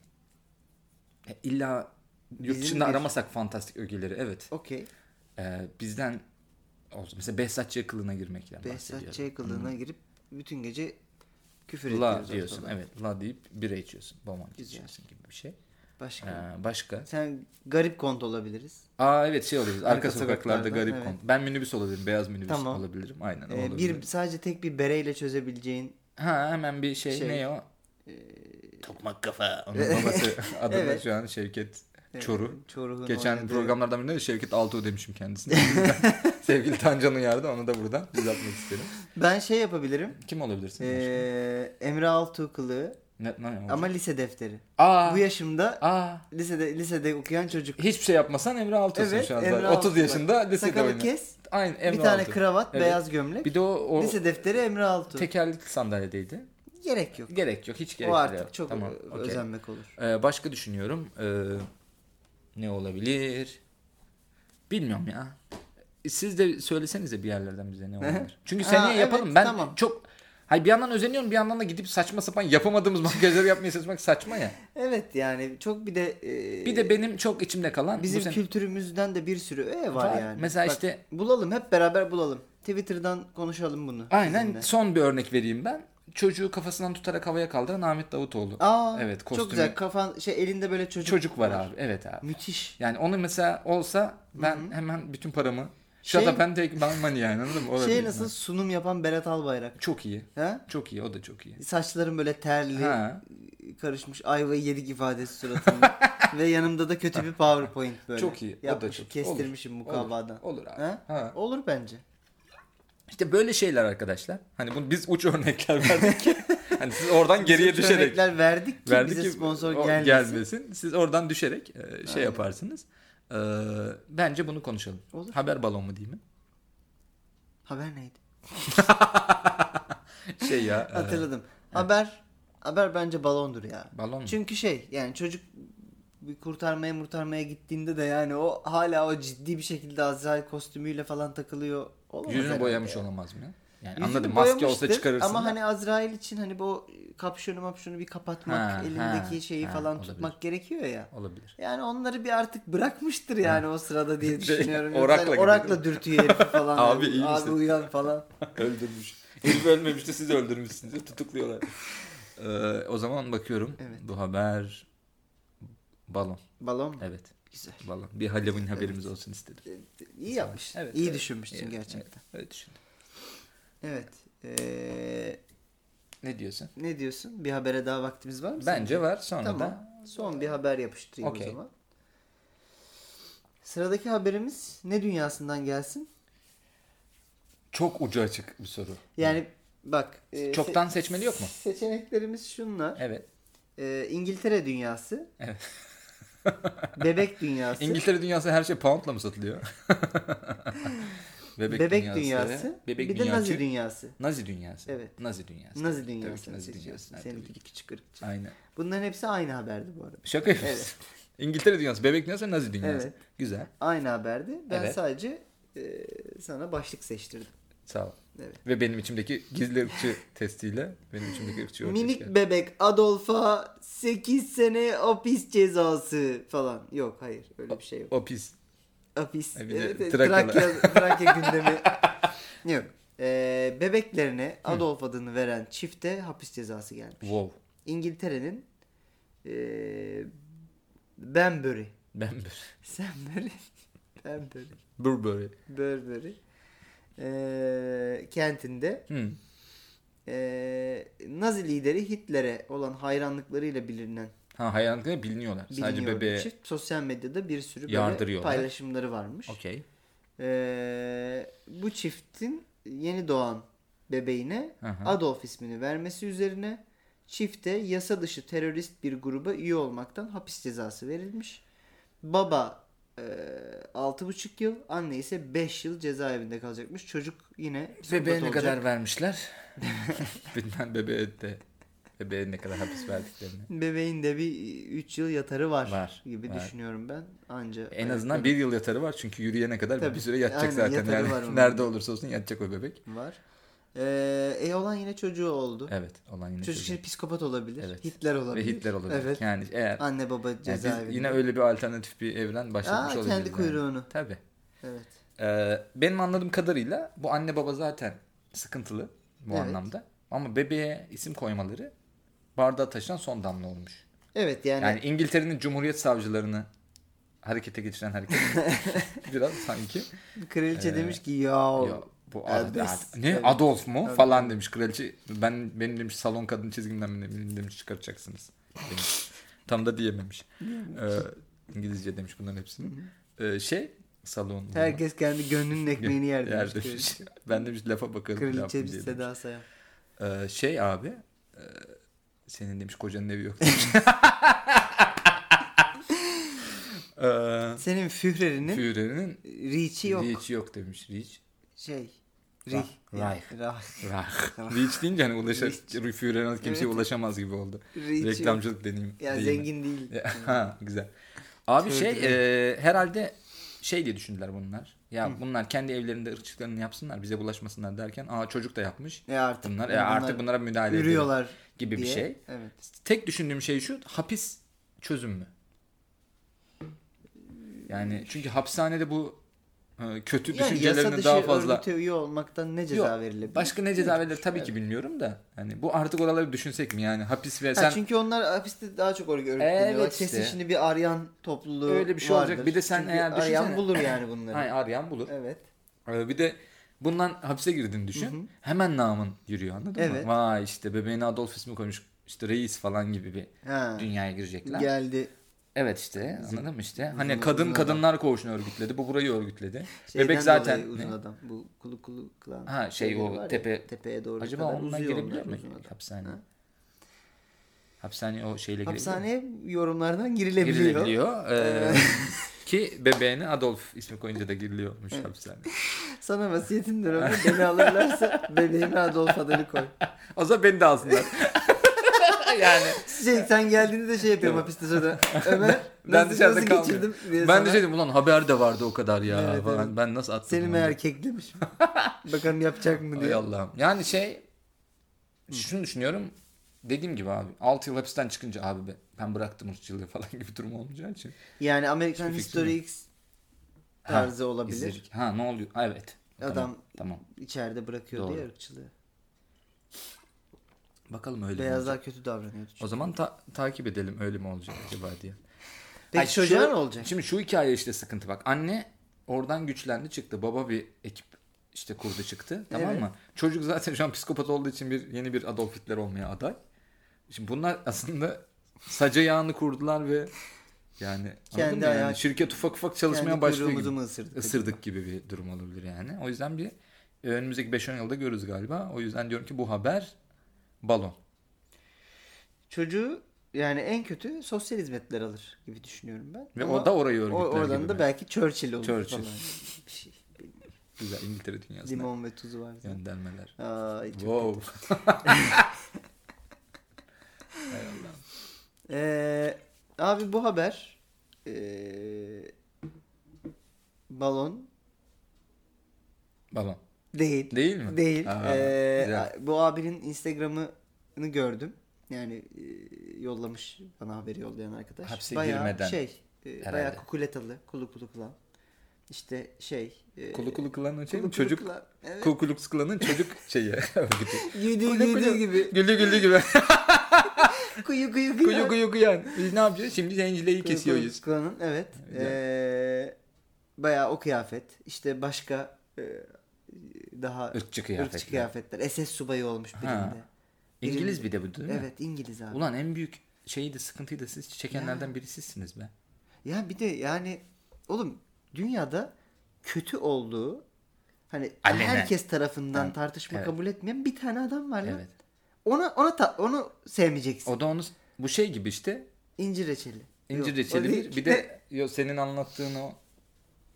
Speaker 1: Ya illa yurt
Speaker 2: Bizim
Speaker 1: dışında
Speaker 2: bir-
Speaker 1: aramasak fantastik ögeleri evet.
Speaker 2: Okey.
Speaker 1: E, bizden olsun. Mesela Behzatçı Yakılığı'na girmekten bahsediyorum.
Speaker 2: Behzat Çaykılı'na girip bütün gece küfür
Speaker 1: La
Speaker 2: ediyoruz.
Speaker 1: diyorsun
Speaker 2: ortalığa.
Speaker 1: evet. La deyip bira içiyorsun. Bomon
Speaker 2: Güzel.
Speaker 1: içiyorsun gibi bir şey. E,
Speaker 2: Başka.
Speaker 1: başka.
Speaker 2: Sen garip kont olabiliriz.
Speaker 1: Aa evet şey olabilir. Arka,
Speaker 2: Arka
Speaker 1: sokaklarda,
Speaker 2: sokaklarda,
Speaker 1: garip
Speaker 2: evet.
Speaker 1: kont. Ben minibüs olabilirim. Beyaz minibüs
Speaker 2: Tamam.
Speaker 1: olabilirim. Aynen. o
Speaker 2: Ee,
Speaker 1: olabilir.
Speaker 2: bir sadece tek bir bereyle çözebileceğin
Speaker 1: Ha hemen bir şey,
Speaker 2: Şey,
Speaker 1: ne o? Tokmak kafa. Onun babası adını
Speaker 2: Evet.
Speaker 1: şu an Şevket
Speaker 2: e,
Speaker 1: Çoru.
Speaker 2: Çoruh'un
Speaker 1: Geçen
Speaker 2: oynadığı-
Speaker 1: programlardan birinde de Şevket Altuğ demişim kendisine. Sevgili Tancan uyardı onu da buradan düzeltmek isterim.
Speaker 2: Ben şey yapabilirim.
Speaker 1: Kim olabilirsin?
Speaker 2: Ee,
Speaker 1: şey?
Speaker 2: Emre Altuğ kılığı
Speaker 1: ne, ne, ne
Speaker 2: ama lise defteri.
Speaker 1: aa,
Speaker 2: Bu yaşımda
Speaker 1: aa,
Speaker 2: lisede lisede okuyan çocuk.
Speaker 1: hiçbir şey yapmasan Emre Altuğ'sun
Speaker 2: Evet,
Speaker 1: şu anda.
Speaker 2: Emre
Speaker 1: 30
Speaker 2: Altuğ.
Speaker 1: yaşında lisede
Speaker 2: Sakalı
Speaker 1: oynuyor.
Speaker 2: kes.
Speaker 1: Aynen Emre
Speaker 2: bir tane
Speaker 1: Altuğ.
Speaker 2: kravat,
Speaker 1: Evet.
Speaker 2: beyaz gömlek.
Speaker 1: Bir de o, o
Speaker 2: Lise defteri Emre Altuğ.
Speaker 1: tekerlekli sandalyedeydi.
Speaker 2: Gerek yok.
Speaker 1: Gerek yok hiç gerek
Speaker 2: O
Speaker 1: bile
Speaker 2: artık
Speaker 1: yok.
Speaker 2: çok
Speaker 1: Tamam,
Speaker 2: ö-
Speaker 1: okey.
Speaker 2: özenmek olur.
Speaker 1: Ee, başka düşünüyorum. Ee, ne olabilir? Bilmiyorum ya. Siz de söylesenize bir yerlerden bize ne olabilir. Çünkü
Speaker 2: Ha,
Speaker 1: seneye
Speaker 2: evet,
Speaker 1: yapalım. ben
Speaker 2: tamam.
Speaker 1: çok Hayır bir yandan özeniyorum bir yandan da gidip saçma sapan yapamadığımız makyajları yapmaya çalışmak saçma ya.
Speaker 2: Evet yani çok bir de e,
Speaker 1: Bir de benim çok içimde kalan bu
Speaker 2: bizim
Speaker 1: sene-
Speaker 2: kültürümüzden de bir sürü e var,
Speaker 1: Var.
Speaker 2: yani.
Speaker 1: Mesela
Speaker 2: Bak,
Speaker 1: işte-
Speaker 2: bulalım hep beraber bulalım. Twitter'dan konuşalım bunu.
Speaker 1: Aynen
Speaker 2: sizinle.
Speaker 1: son bir örnek vereyim ben. Çocuğu kafasından tutarak havaya kaldıran Ahmet Davutoğlu.
Speaker 2: Aa,
Speaker 1: Evet,
Speaker 2: evet,
Speaker 1: kostümü-
Speaker 2: Çok güzel kafan şey elinde böyle çocuk.
Speaker 1: Çocuk var abi. Evet abi.
Speaker 2: Müthiş.
Speaker 1: Yani onu mesela olsa ben hemen bütün paramı
Speaker 2: Şey-
Speaker 1: Shut up and take my money yani anladın mı? Olabilir.
Speaker 2: Şey nasıl sunum yapan Berat Albayrak.
Speaker 1: Çok iyi.
Speaker 2: Ha?
Speaker 1: Çok iyi o da çok iyi.
Speaker 2: Saçların böyle terli,
Speaker 1: Ha.
Speaker 2: karışmış ayvayı yedik ifadesi suratında. Ve yanımda da kötü bir PowerPoint böyle.
Speaker 1: Çok iyi, o da
Speaker 2: Yapmış,
Speaker 1: çok iyi. Olur,
Speaker 2: Kestirmişim
Speaker 1: olur,
Speaker 2: mukabadan.
Speaker 1: olur abi.
Speaker 2: Ha?
Speaker 1: Ha.
Speaker 2: Olur bence.
Speaker 1: İşte böyle şeyler arkadaşlar. Hani bunu biz uç örnekler verdik. hani siz oradan geriye
Speaker 2: Biz
Speaker 1: düşerek
Speaker 2: örnekler verdik ki
Speaker 1: verdik
Speaker 2: bize
Speaker 1: ki
Speaker 2: sponsor
Speaker 1: o
Speaker 2: gelmesin.
Speaker 1: Siz oradan düşerek e, şey yaparsınız. E, bence bunu konuşalım.
Speaker 2: Olur.
Speaker 1: Haber balon mu diyeyim mi?
Speaker 2: Haber neydi?
Speaker 1: Şey ya. e,
Speaker 2: Hatırladım. Haber haber bence balondur ya.
Speaker 1: balon mu?
Speaker 2: Çünkü şey yani çocuk bir kurtarmaya murtarmaya gittiğinde de yani o hala o ciddi bir şekilde Azrail kostümüyle falan takılıyor. Olamaz
Speaker 1: Yüzünü
Speaker 2: herhalde
Speaker 1: boyamış
Speaker 2: ya.
Speaker 1: olamaz mı? ya? Yani
Speaker 2: Yüzünü
Speaker 1: anladım maske olsa
Speaker 2: boyamıştır
Speaker 1: çıkarırsın.
Speaker 2: Ama
Speaker 1: da.
Speaker 2: hani Azrail için hani bu kapşonu mapşonu bir kapatmak,
Speaker 1: Ha,
Speaker 2: elindeki
Speaker 1: ha,
Speaker 2: şeyi
Speaker 1: ha,
Speaker 2: falan
Speaker 1: olabilir.
Speaker 2: tutmak gerekiyor ya.
Speaker 1: olabilir.
Speaker 2: Yani onları bir artık bırakmıştır yani o sırada diye düşünüyorum. Yoksa
Speaker 1: Şey, orakla
Speaker 2: hani
Speaker 1: gidiyor.
Speaker 2: orakla dürtüyor herifi falan.
Speaker 1: Abi
Speaker 2: Yani,
Speaker 1: iyi
Speaker 2: Abi
Speaker 1: misin?"
Speaker 2: uyan falan.
Speaker 1: Öldürmüş. Herif ölmemişti siz öldürmüşsünüz. Tutukluyorlar. E, o zaman bakıyorum.
Speaker 2: Evet.
Speaker 1: Bu haber balon.
Speaker 2: Balon mu?
Speaker 1: Evet.
Speaker 2: Güzel.
Speaker 1: Vallahi bir Halloween haberimiz olsun istedim.
Speaker 2: İyi yapmış.
Speaker 1: Evet,
Speaker 2: iyi
Speaker 1: evet.
Speaker 2: düşünmüşsün
Speaker 1: Evet,
Speaker 2: gerçekten.
Speaker 1: Evet, öyle düşündüm.
Speaker 2: Evet. Ee,
Speaker 1: Ne diyorsun?
Speaker 2: ne diyorsun? Bir habere daha vaktimiz var mı?
Speaker 1: Bence var sonra
Speaker 2: Tamam.
Speaker 1: da.
Speaker 2: Son bir haber yapıştırayım
Speaker 1: Okey.
Speaker 2: o zaman. Sıradaki haberimiz ne dünyasından gelsin?
Speaker 1: Çok ucu açık bir soru.
Speaker 2: Yani bak. e,
Speaker 1: Hmm. Çoktan
Speaker 2: se-
Speaker 1: seçmeli yok mu?
Speaker 2: Seçeneklerimiz şunlar.
Speaker 1: Evet.
Speaker 2: E, İngiltere dünyası.
Speaker 1: Evet.
Speaker 2: bebek dünyası.
Speaker 1: İngiltere dünyası her şey poundla mı satılıyor?
Speaker 2: bebek, dünyası.
Speaker 1: Bebek
Speaker 2: bir de
Speaker 1: dünyası.
Speaker 2: Nazi dünyası.
Speaker 1: Nazi dünyası.
Speaker 2: Evet.
Speaker 1: Nazi dünyası.
Speaker 2: Nazi
Speaker 1: Tabii ki
Speaker 2: dünyasını
Speaker 1: Nazi
Speaker 2: seçiyorsun.
Speaker 1: dünyası.
Speaker 2: Seninki
Speaker 1: Tabii ki.
Speaker 2: küçük ırkçı.
Speaker 1: Aynen.
Speaker 2: Bunların hepsi aynı haberdi bu arada.
Speaker 1: Şaka yapıyorsun.
Speaker 2: Evet.
Speaker 1: İngiltere dünyası, bebek dünyası, Nazi dünyası.
Speaker 2: Evet.
Speaker 1: Güzel.
Speaker 2: Aynı haberdi. Ben
Speaker 1: Evet.
Speaker 2: sadece e, sana başlık seçtirdim.
Speaker 1: Sağ ol.
Speaker 2: Evet.
Speaker 1: Ve benim içimdeki gizli ırkçı testiyle benim içimdeki ırkçı ortaya
Speaker 2: Minik
Speaker 1: çıkar.
Speaker 2: bebek Adolf'a 8 sene hapis cezası falan. Yok hayır öyle bir şey yok.
Speaker 1: O pis.
Speaker 2: Hapis.
Speaker 1: E bir de
Speaker 2: Evet, evet,
Speaker 1: Trakyalı.
Speaker 2: Trakya, Trakya gündemi. Yok. Ee, bebeklerine Adolf adını veren çifte hapis cezası gelmiş.
Speaker 1: Wow.
Speaker 2: İngiltere'nin ee, Banbury.
Speaker 1: Ben
Speaker 2: Banbury. Banbury.
Speaker 1: Burberry.
Speaker 2: Burberry. Ee, kentinde
Speaker 1: Hmm.
Speaker 2: ee, Nazi lideri Hitler'e olan hayranlıklarıyla bilinen
Speaker 1: Ha hayranlıkla biliniyorlar. Sadece
Speaker 2: biliniyordu
Speaker 1: bebeğe.
Speaker 2: çift sosyal medyada bir sürü böyle
Speaker 1: Yardırıyorlar.
Speaker 2: paylaşımları varmış.
Speaker 1: Okey.
Speaker 2: Ee, bu çiftin yeni doğan bebeğine
Speaker 1: Hı hı.
Speaker 2: Adolf ismini vermesi üzerine çifte yasa dışı terörist bir gruba üye olmaktan hapis cezası verilmiş. Baba e, 6,5 yıl, anne ise 5 yıl cezaevinde kalacakmış. Çocuk yine
Speaker 1: Bebeğe ne
Speaker 2: olacak.
Speaker 1: kadar vermişler? Bilmem bebeğe de bebeğe ne kadar hapis verdiklerini.
Speaker 2: Bebeğin de bir 3 yıl yatarı var,
Speaker 1: Var,
Speaker 2: gibi
Speaker 1: var.
Speaker 2: düşünüyorum ben. Anca
Speaker 1: En azından bir yıl yatarı var çünkü yürüyene kadar
Speaker 2: Tabii.
Speaker 1: bir süre yatacak
Speaker 2: Aynen,
Speaker 1: zaten.
Speaker 2: yatarı var onun.
Speaker 1: Yani nerede olursa olsun yatacak o bebek.
Speaker 2: var. Ee, e olan yine çocuğu oldu.
Speaker 1: Evet olan yine
Speaker 2: Çocuk
Speaker 1: çocuğu.
Speaker 2: şimdi psikopat olabilir.
Speaker 1: Evet.
Speaker 2: Hitler
Speaker 1: Ve
Speaker 2: olabilir.
Speaker 1: Hitler olabilir.
Speaker 2: Evet.
Speaker 1: Yani eğer yani
Speaker 2: Anne baba
Speaker 1: biz
Speaker 2: cezaevinde.
Speaker 1: yine öyle bir alternatif bir evren
Speaker 2: Aa,
Speaker 1: başlatmış
Speaker 2: kendi
Speaker 1: olabiliriz. yani.
Speaker 2: kuyruğunu.
Speaker 1: Tabii.
Speaker 2: Evet.
Speaker 1: Ee, benim anladığım kadarıyla bu anne baba zaten sıkıntılı bu
Speaker 2: Evet.
Speaker 1: anlamda. Ama bebeğe isim koymaları bardağa taşıran son damla olmuş.
Speaker 2: Evet yani,
Speaker 1: Yani, İngiltere'nin Cumhuriyet Savcılarını harekete geçiren hareket biraz sanki. e,
Speaker 2: kraliçe demiş ki yahu.
Speaker 1: Ya, bu
Speaker 2: Elvis,
Speaker 1: Ad- Ad- ne
Speaker 2: evet.
Speaker 1: Adolf mu
Speaker 2: Adolf.
Speaker 1: falan demiş kraliçe. Ben benim demiş salon kadın çizgimden mi demiş, demiş çıkaracaksınız. demiş. Tam da diyememiş. Ee, İngilizce demiş bunların hepsini. Ee, şey salon.
Speaker 2: Herkes kendi gönlünün ekmeğini yer demiş.
Speaker 1: Yer
Speaker 2: kraliçe.
Speaker 1: demiş. ben demiş lafa bakalım.
Speaker 2: Kraliçe
Speaker 1: yaptım
Speaker 2: bir
Speaker 1: diye
Speaker 2: Seda Sayan.
Speaker 1: demiş. Ee, şey abi e, senin demiş kocanın evi yok demiş. ee,
Speaker 2: Senin Führer'inin
Speaker 1: Führer'in
Speaker 2: Reach'i yok.
Speaker 1: Reach yok demiş. Reach.
Speaker 2: Şey.
Speaker 1: Ra-
Speaker 2: Rih. Yani
Speaker 1: Reich.
Speaker 2: Ra-
Speaker 1: Rah. Reach deyince hani ulaşa, Führer'e kimseye
Speaker 2: Evet.
Speaker 1: ulaşamaz gibi oldu.
Speaker 2: Reach'i yok.
Speaker 1: Reklamcılık deneyim.
Speaker 2: Ya
Speaker 1: deyimi.
Speaker 2: zengin değil.
Speaker 1: Ya, ha, güzel. Abi şey e, herhalde şey diye düşündüler bunlar. Ya bunlar kendi evlerinde ırkçılıklarını yapsınlar bize bulaşmasınlar derken aa çocuk da yapmış.
Speaker 2: E artık.
Speaker 1: Bunlar, e, artık bunlara müdahale ediyor
Speaker 2: Ürüyorlar
Speaker 1: gibi bir
Speaker 2: diye.
Speaker 1: şey.
Speaker 2: Evet.
Speaker 1: Tek düşündüğüm şey şu hapis çözüm mü? Yani çünkü hapishanede bu e, kötü
Speaker 2: Yani yasa
Speaker 1: düşüncelerini
Speaker 2: dışı
Speaker 1: daha fazla
Speaker 2: örgüte üye olmaktan ne ceza
Speaker 1: Yok,
Speaker 2: verilebilir?
Speaker 1: Başka ne ceza verilir tabii ki bilmiyorum da. Hani bu artık oraları düşünsek mi yani hapis ve
Speaker 2: Ha,
Speaker 1: sen
Speaker 2: çünkü onlar hapiste daha çok örgü örgütleniyorlar.
Speaker 1: Evet
Speaker 2: Kesin
Speaker 1: işte.
Speaker 2: şimdi bir Aryan topluluğu
Speaker 1: Öyle bir şey olacak.
Speaker 2: vardır.
Speaker 1: Bir de sen
Speaker 2: Çünkü
Speaker 1: eğer
Speaker 2: Aryan
Speaker 1: düşünsene.
Speaker 2: bulur yani bunları.
Speaker 1: Hayır, arayan bulur.
Speaker 2: Evet.
Speaker 1: Ee, Bir de bundan hapse girdin düşün. Hemen namın yürüyor anladın
Speaker 2: Evet.
Speaker 1: mı? Vay işte bebeğine Adolf ismi koymuş. İşte reis falan gibi bir
Speaker 2: Ha.
Speaker 1: dünyaya girecekler.
Speaker 2: Geldi.
Speaker 1: Evet işte anladın mı işte. Hani
Speaker 2: uzun-
Speaker 1: kadın
Speaker 2: uzun
Speaker 1: kadınlar koğuşunu örgütledi. Bu burayı örgütledi.
Speaker 2: Şeyden
Speaker 1: Bebek
Speaker 2: dolayı
Speaker 1: zaten
Speaker 2: uzun
Speaker 1: ne?
Speaker 2: adam. Bu kulu kulu kılan.
Speaker 1: Ha, şey
Speaker 2: şeyleri
Speaker 1: o
Speaker 2: var ya,
Speaker 1: tepe-
Speaker 2: tepeye doğru
Speaker 1: Acaba
Speaker 2: kadar
Speaker 1: ondan
Speaker 2: uzuyor
Speaker 1: girebiliyor
Speaker 2: onlar
Speaker 1: mu
Speaker 2: uzun adam.
Speaker 1: hapishane?
Speaker 2: Ha.
Speaker 1: Hapishane o şeyle girebiliyor mu?
Speaker 2: Hapishaneye yorumlardan girilebiliyor.
Speaker 1: girilebiliyor. Ee, ki bebeğine Adolf ismi koyunca da giriliyormuş hapishane.
Speaker 2: Sana vasiyetimdir ömür. Beni alırlarsa bebeğime Adolf adını koy.
Speaker 1: O zaman beni de alsınlar. yani
Speaker 2: Şey, sen geldiğinde de şey yapıyorum hapiste sonra. Ömer
Speaker 1: Ben
Speaker 2: nasıl,
Speaker 1: dışarıda
Speaker 2: nasıl
Speaker 1: kalmıyorum.
Speaker 2: geçirdim diye
Speaker 1: ben
Speaker 2: sana-
Speaker 1: de şey dedim ulan haber de vardı o kadar ya
Speaker 2: Evet,
Speaker 1: falan.
Speaker 2: evet.
Speaker 1: Ben nasıl attım?
Speaker 2: Seni mi
Speaker 1: bunu?
Speaker 2: erkek demiş. Bakalım yapacak mı
Speaker 1: Ay
Speaker 2: diye.
Speaker 1: Allah'ım. Yani şey şunu düşünüyorum. Dediğim gibi abi 6 yıl hapisten çıkınca abi be, ben bıraktım ırkçılığı falan gibi durum olmayacağı için.
Speaker 2: Yani Amerikan
Speaker 1: Hiçbir fikrim
Speaker 2: History
Speaker 1: yok.
Speaker 2: X tarzı olabilir.
Speaker 1: İzledik. Ha ne oluyor? Ha, evet.
Speaker 2: Adam-
Speaker 1: Tamam. tamam.
Speaker 2: İçeride bırakıyor diye
Speaker 1: Doğru.
Speaker 2: ırkçılığı.
Speaker 1: Bakalım öyle mi olacak?
Speaker 2: Beyazlar kötü davranıyordu.
Speaker 1: O
Speaker 2: çünkü.
Speaker 1: zaman ta- takip edelim öyle mi olacak acaba diye.
Speaker 2: Peki
Speaker 1: Ay,
Speaker 2: çocuğa
Speaker 1: şu-
Speaker 2: ne olacak?
Speaker 1: Şimdi şu hikaye işte sıkıntı bak. Anne oradan güçlendi çıktı. Baba bir ekip işte kurdu çıktı. Tamam
Speaker 2: Evet.
Speaker 1: mı? Çocuk zaten şu an psikopat olduğu için bir yeni bir Adolf Hitler olmaya aday. Şimdi bunlar aslında saca yağını kurdular ve yani,
Speaker 2: Kendi
Speaker 1: Kendi yani?
Speaker 2: ayağı-
Speaker 1: şirket ufak ufak çalışmaya
Speaker 2: Kendi
Speaker 1: başlıyor
Speaker 2: kuyruğumuzu
Speaker 1: gibi.
Speaker 2: mu ısırdık?
Speaker 1: Isırdık gibi bir durum olabilir yani. O yüzden bir e, önümüzdeki 5-10 yılda görürüz galiba. O yüzden diyorum ki bu haber balon.
Speaker 2: Çocuğu yani en kötü sosyal hizmetler alır gibi düşünüyorum ben.
Speaker 1: Ve
Speaker 2: Ama
Speaker 1: o da orayı
Speaker 2: o-
Speaker 1: örgütler
Speaker 2: oradan
Speaker 1: gibi.
Speaker 2: da belki Churchill olur
Speaker 1: Churchill.
Speaker 2: falan. Bir şey.
Speaker 1: Güzel İngiltere dünyasına
Speaker 2: Limon ve tuzu var. zaten.
Speaker 1: göndermeler.
Speaker 2: Ay, çok
Speaker 1: Wow.
Speaker 2: Ee, abi bu haber ee, balon
Speaker 1: Balon.
Speaker 2: Değil.
Speaker 1: Değil mi?
Speaker 2: Değil.
Speaker 1: Aa,
Speaker 2: Ee,
Speaker 1: güzel.
Speaker 2: bu abinin Instagram'ını gördüm. Yani e, yollamış bana haberi yollayan arkadaş.
Speaker 1: Hapse
Speaker 2: bayağı
Speaker 1: girmeden
Speaker 2: şey, e,
Speaker 1: herhalde.
Speaker 2: bayağı kukuletalı, kulu kulu kılan. İşte şey, e,
Speaker 1: Kulu kulu kılanın şey
Speaker 2: kulu
Speaker 1: mi?
Speaker 2: kulu
Speaker 1: Çocuk
Speaker 2: kılan. Evet.
Speaker 1: Ku Klux Klan'ın çocuk şeyi. şey. örgütü.
Speaker 2: Güldüğü
Speaker 1: Kulu
Speaker 2: güldüğü
Speaker 1: kulu.
Speaker 2: gibi.
Speaker 1: güldü güldü gibi.
Speaker 2: Kuyu kuyu kuyu.
Speaker 1: kuyu kuyu kuyan. Biz ne yapacağız? Şimdi zencileyi
Speaker 2: Kuyu kuyu
Speaker 1: kesiyoruz.
Speaker 2: kuyanın, evet.
Speaker 1: Güzel.
Speaker 2: Ee, bayağı o kıyafet. İşte başka e, daha
Speaker 1: Irkçı
Speaker 2: ırkçı
Speaker 1: kıyafetler.
Speaker 2: kıyafetler. SS subayı olmuş birinde.
Speaker 1: Ha, İngiliz bir de bu değil mi?
Speaker 2: Evet İngiliz abi.
Speaker 1: Ulan en büyük şeyi de sıkıntıyı da siz çekenlerden biri sizsiniz be.
Speaker 2: Ya bir de yani oğlum dünyada kötü olduğu hani
Speaker 1: Alenen.
Speaker 2: herkes tarafından
Speaker 1: Ha,
Speaker 2: tartışma
Speaker 1: evet.
Speaker 2: kabul etmeyen bir tane adam var lan.
Speaker 1: Evet.
Speaker 2: Ona ona ta- onu sevmeyeceksin.
Speaker 1: O da onu bu şey gibi işte
Speaker 2: İncir reçeli.
Speaker 1: incir
Speaker 2: Yok, o
Speaker 1: reçeli bir,
Speaker 2: değil.
Speaker 1: bir de yo, senin anlattığın o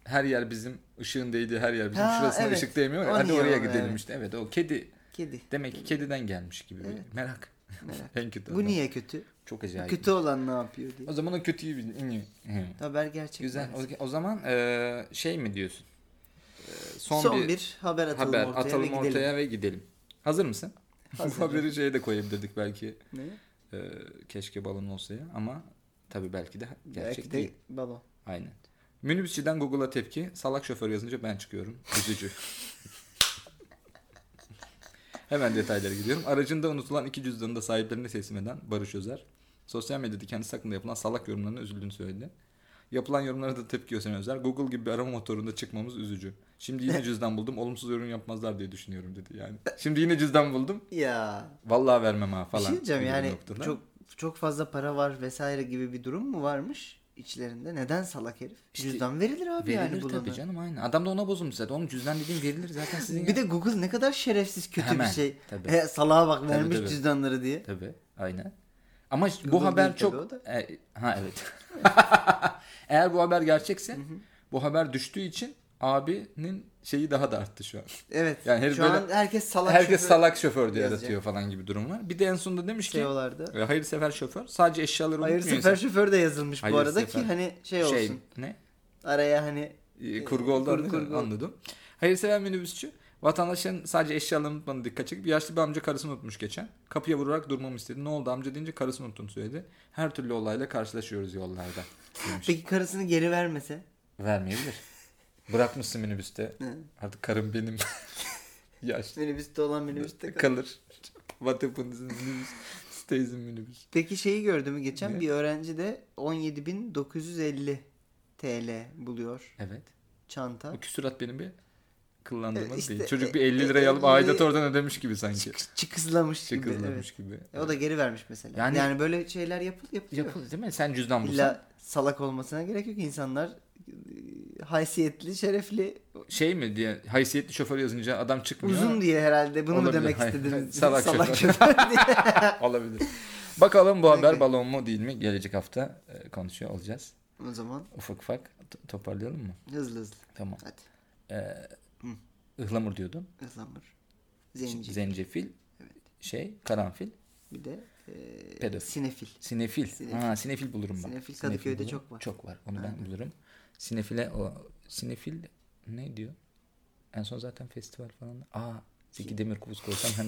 Speaker 1: her yer bizim ışığın değdiği her yer bizim
Speaker 2: Ha,
Speaker 1: şurasına
Speaker 2: evet.
Speaker 1: ışık değmiyor ya,
Speaker 2: O
Speaker 1: hadi
Speaker 2: niye
Speaker 1: oraya
Speaker 2: o,
Speaker 1: gidelim
Speaker 2: evet.
Speaker 1: işte evet o kedi
Speaker 2: kedi.
Speaker 1: demek ki kediden gelmiş gibi bir merak.
Speaker 2: Merak.
Speaker 1: en kötü
Speaker 2: Bu
Speaker 1: adam.
Speaker 2: niye kötü?
Speaker 1: Çok acayip.
Speaker 2: Kötü olan ne yapıyor diye.
Speaker 1: O zaman o kötüyü bil. Hı. Hı.
Speaker 2: Haber gerçek.
Speaker 1: Güzel.
Speaker 2: maalesef.
Speaker 1: O, o zaman e, şey mi diyorsun? E,
Speaker 2: Son, bir, haber atalım
Speaker 1: haber
Speaker 2: ortaya ve
Speaker 1: atalım
Speaker 2: gidelim.
Speaker 1: ortaya ve gidelim. Hazır mısın?
Speaker 2: Hazırım.
Speaker 1: Bu haberi şeye de koyabilirdik belki.
Speaker 2: Ne?
Speaker 1: E, keşke balon olsa ya ama tabii belki de gerçek
Speaker 2: Belki
Speaker 1: değil.
Speaker 2: de balon.
Speaker 1: Aynen. Minibüsçüden Google'a tepki. Salak şoför yazınca ben çıkıyorum. Üzücü. Hemen detaylara gidiyorum. Aracında unutulan iki cüzdanı da sahiplerine teslim eden Barış Özer. Sosyal medyada kendisi hakkında yapılan salak yorumlarına üzüldüğünü söyledi. Yapılan yorumlara da tepki gösteren Özer. Google gibi bir arama motorunda çıkmamız üzücü. Şimdi yine cüzdan buldum. Olumsuz yorum yapmazlar diye düşünüyorum dedi yani. Şimdi yine cüzdan buldum.
Speaker 2: Ya.
Speaker 1: Vallahi vermem ha
Speaker 2: Bir
Speaker 1: falan.
Speaker 2: şey diyeceğim
Speaker 1: gibi bir
Speaker 2: yani
Speaker 1: noktada.
Speaker 2: çok çok fazla para var vesaire gibi bir durum mu varmış içlerinde? Neden salak herif?
Speaker 1: İşte
Speaker 2: Cüzdan verilir abi yani
Speaker 1: Verilir
Speaker 2: bulana.
Speaker 1: tabii canım aynen. Adam da ona bozulmuş zaten. Oğlum cüzdan dediğin verilir zaten sizin.
Speaker 2: Bir de Google ne kadar şerefsiz kötü
Speaker 1: Hemen,
Speaker 2: bir şey.
Speaker 1: tabii.
Speaker 2: He, salağa bak vermiş
Speaker 1: tabii.
Speaker 2: cüzdanları diye.
Speaker 1: Tabii aynen. Ama ş- bu
Speaker 2: Google
Speaker 1: haber
Speaker 2: değil tabii
Speaker 1: çok...
Speaker 2: o da.
Speaker 1: E, ha evet. Eğer bu haber gerçekse bu haber düştüğü için abinin şeyi daha da arttı şu an.
Speaker 2: Evet.
Speaker 1: Yani herif
Speaker 2: şu
Speaker 1: böyle-
Speaker 2: an herkes salak
Speaker 1: Herkes
Speaker 2: şoför
Speaker 1: salak şoför diye
Speaker 2: yazacak. Şey
Speaker 1: yaratıyor falan gibi durum var. Bir de en sonunda demiş ki
Speaker 2: diyorlardı.
Speaker 1: e, hayırsever şoför sadece eşyaları
Speaker 2: Hayır
Speaker 1: unutmuyor.
Speaker 2: sefer şoför de yazılmış
Speaker 1: Hayır
Speaker 2: bu arada
Speaker 1: sefer.
Speaker 2: ki hani şey,
Speaker 1: insan.
Speaker 2: olsun.
Speaker 1: ne?
Speaker 2: Araya hani
Speaker 1: E, Kurgu oldu
Speaker 2: Kur-
Speaker 1: anladın mı?
Speaker 2: kurgu.
Speaker 1: anladım. Hayırsever minibüsçü vatandaşların sadece eşyalarını unutmadığını dikkat çekip yaşlı bir amca karısını unutmuş geçen. Kapıya vurarak durmamı istedi. Ne oldu amca deyince karısını unuttuğunu söyledi. Her türlü olayla karşılaşıyoruz yollarda. demiş.
Speaker 2: peki karısını geri vermese.
Speaker 1: Vermeyebilir. Bırakmışsın minibüste.
Speaker 2: Hı.
Speaker 1: Artık karım benim. Yaş
Speaker 2: Minibüste olan minibüste kal.
Speaker 1: kalır. What happens in minibüs? Stays in minibüs.
Speaker 2: Peki şeyi gördü mü geçen
Speaker 1: Ne?
Speaker 2: bir öğrenci de 17.950 TL buluyor
Speaker 1: Evet.
Speaker 2: çanta.
Speaker 1: O küsurat benim bir kıllandırma
Speaker 2: Evet, işte,
Speaker 1: değil. Çocuk
Speaker 2: e,
Speaker 1: bir 50
Speaker 2: e,
Speaker 1: lirayı alıp
Speaker 2: elli-
Speaker 1: aidatı oradan ödemiş gibi sanki.
Speaker 2: Çıkızlamış gibi.
Speaker 1: Çıkılmış gibi.
Speaker 2: Evet. E, O da geri vermiş mesela.
Speaker 1: Yani-
Speaker 2: Yani, böyle şeyler yapıl yapılıyor.
Speaker 1: Yapıldı değil mi? Sen cüzdan bulsan.
Speaker 2: İlla salak olmasına gerek yok. İnsanlar e, haysiyetli, şerefli,
Speaker 1: Şey mi diye haysiyetli şoför yazınca adam çıkmıyor.
Speaker 2: uzun diye herhalde bunu mu
Speaker 1: Olabilir.
Speaker 2: demek
Speaker 1: Hayır.
Speaker 2: istediniz?
Speaker 1: Salak şoför.
Speaker 2: şoför diye.
Speaker 1: Olabilir. Bakalım bu haber
Speaker 2: Okey.
Speaker 1: balon mu değil mi? Gelecek hafta e, konuşuyor olacağız.
Speaker 2: o zaman
Speaker 1: Ufak ufak to- toparlayalım mı?
Speaker 2: hızlı hızlı.
Speaker 1: Tamam.
Speaker 2: Hadi
Speaker 1: Ihlamur diyordun.
Speaker 2: ıhlamur. Zenci.
Speaker 1: Zencefil. Şey, karanfil.
Speaker 2: bir de e,
Speaker 1: Pedofil.
Speaker 2: sinefil.
Speaker 1: Sinefil.
Speaker 2: Sinefil.
Speaker 1: Ha, sinefil bulurum ben.
Speaker 2: Sinefil Kadıköy'de çok var.
Speaker 1: Çok var. Onu ben bulurum. Sinefile o
Speaker 2: Şey-
Speaker 1: sinefil ne diyor? En son zaten festival falan. Aa, Zeki Demirkubuz koysam hemen